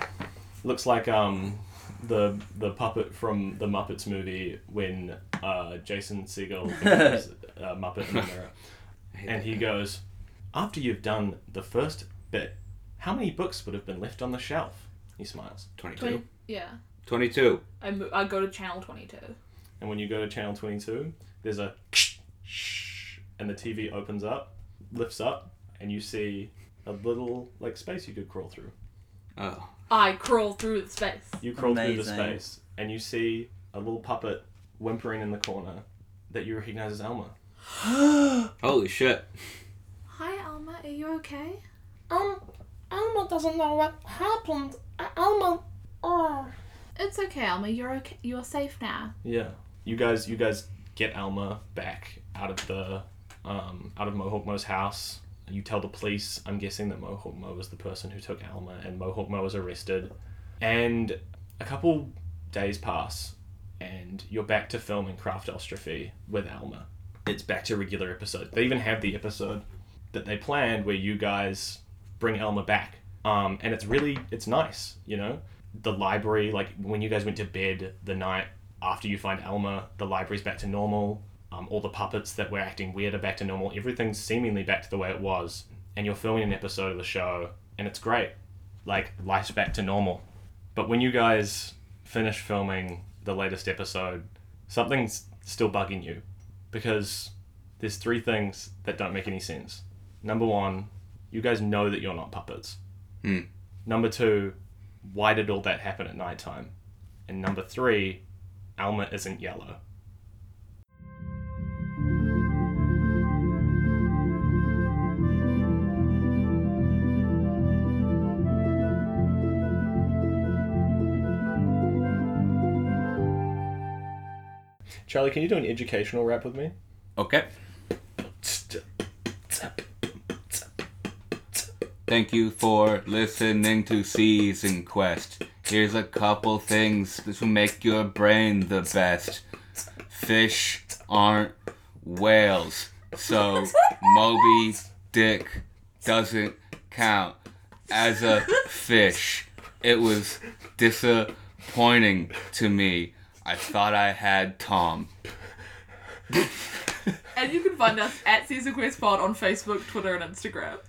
[SPEAKER 2] Looks like um, the the puppet from the Muppets movie when uh, Jason Segel becomes a Muppet in the mirror, and he goes, "After you've done the first bit, how many books would have been left on the shelf?" He smiles.
[SPEAKER 5] 22.
[SPEAKER 1] Yeah.
[SPEAKER 5] 22.
[SPEAKER 1] I, mo- I go to channel 22.
[SPEAKER 2] And when you go to channel 22, there's a shh, and the TV opens up, lifts up, and you see a little like space you could crawl through.
[SPEAKER 5] Oh.
[SPEAKER 1] I crawl through the space.
[SPEAKER 2] You crawl through the
[SPEAKER 3] Amazing.
[SPEAKER 2] space, and you see a little puppet whimpering in the corner that you recognize as Elma.
[SPEAKER 5] Holy shit.
[SPEAKER 1] Hi, Alma. Are you okay?
[SPEAKER 6] Um, Alma doesn't know what happened. Uh, Alma. Oh.
[SPEAKER 1] It's okay, Alma. You're okay. You're safe now.
[SPEAKER 2] Yeah. You guys you guys get Alma back out of the um out of Mohawk Mo's house. You tell the police, I'm guessing that Mohawk Mo was the person who took Alma and Mohawk Mo was arrested. And a couple days pass and you're back to filming Craft Ostrophy with Alma. It's back to regular episodes. They even have the episode that they planned where you guys bring Alma back. Um, and it's really it's nice, you know? The library, like when you guys went to bed the night after you find Alma, the library's back to normal. Um, all the puppets that were acting weird are back to normal. Everything's seemingly back to the way it was. And you're filming an episode of the show, and it's great. Like, life's back to normal. But when you guys finish filming the latest episode, something's still bugging you. Because there's three things that don't make any sense. Number one, you guys know that you're not puppets.
[SPEAKER 5] Hmm.
[SPEAKER 2] Number two, why did all that happen at nighttime? And number three, Alma isn't yellow. Charlie, can you do an educational rap with me?
[SPEAKER 5] Okay. Thank you for listening to Season Quest. Here's a couple things to make your brain the best. Fish aren't whales, so Moby Dick doesn't count as a fish. It was disappointing to me. I thought I had Tom.
[SPEAKER 7] And you can find us at Caesar Quest Pod on Facebook, Twitter, and Instagram.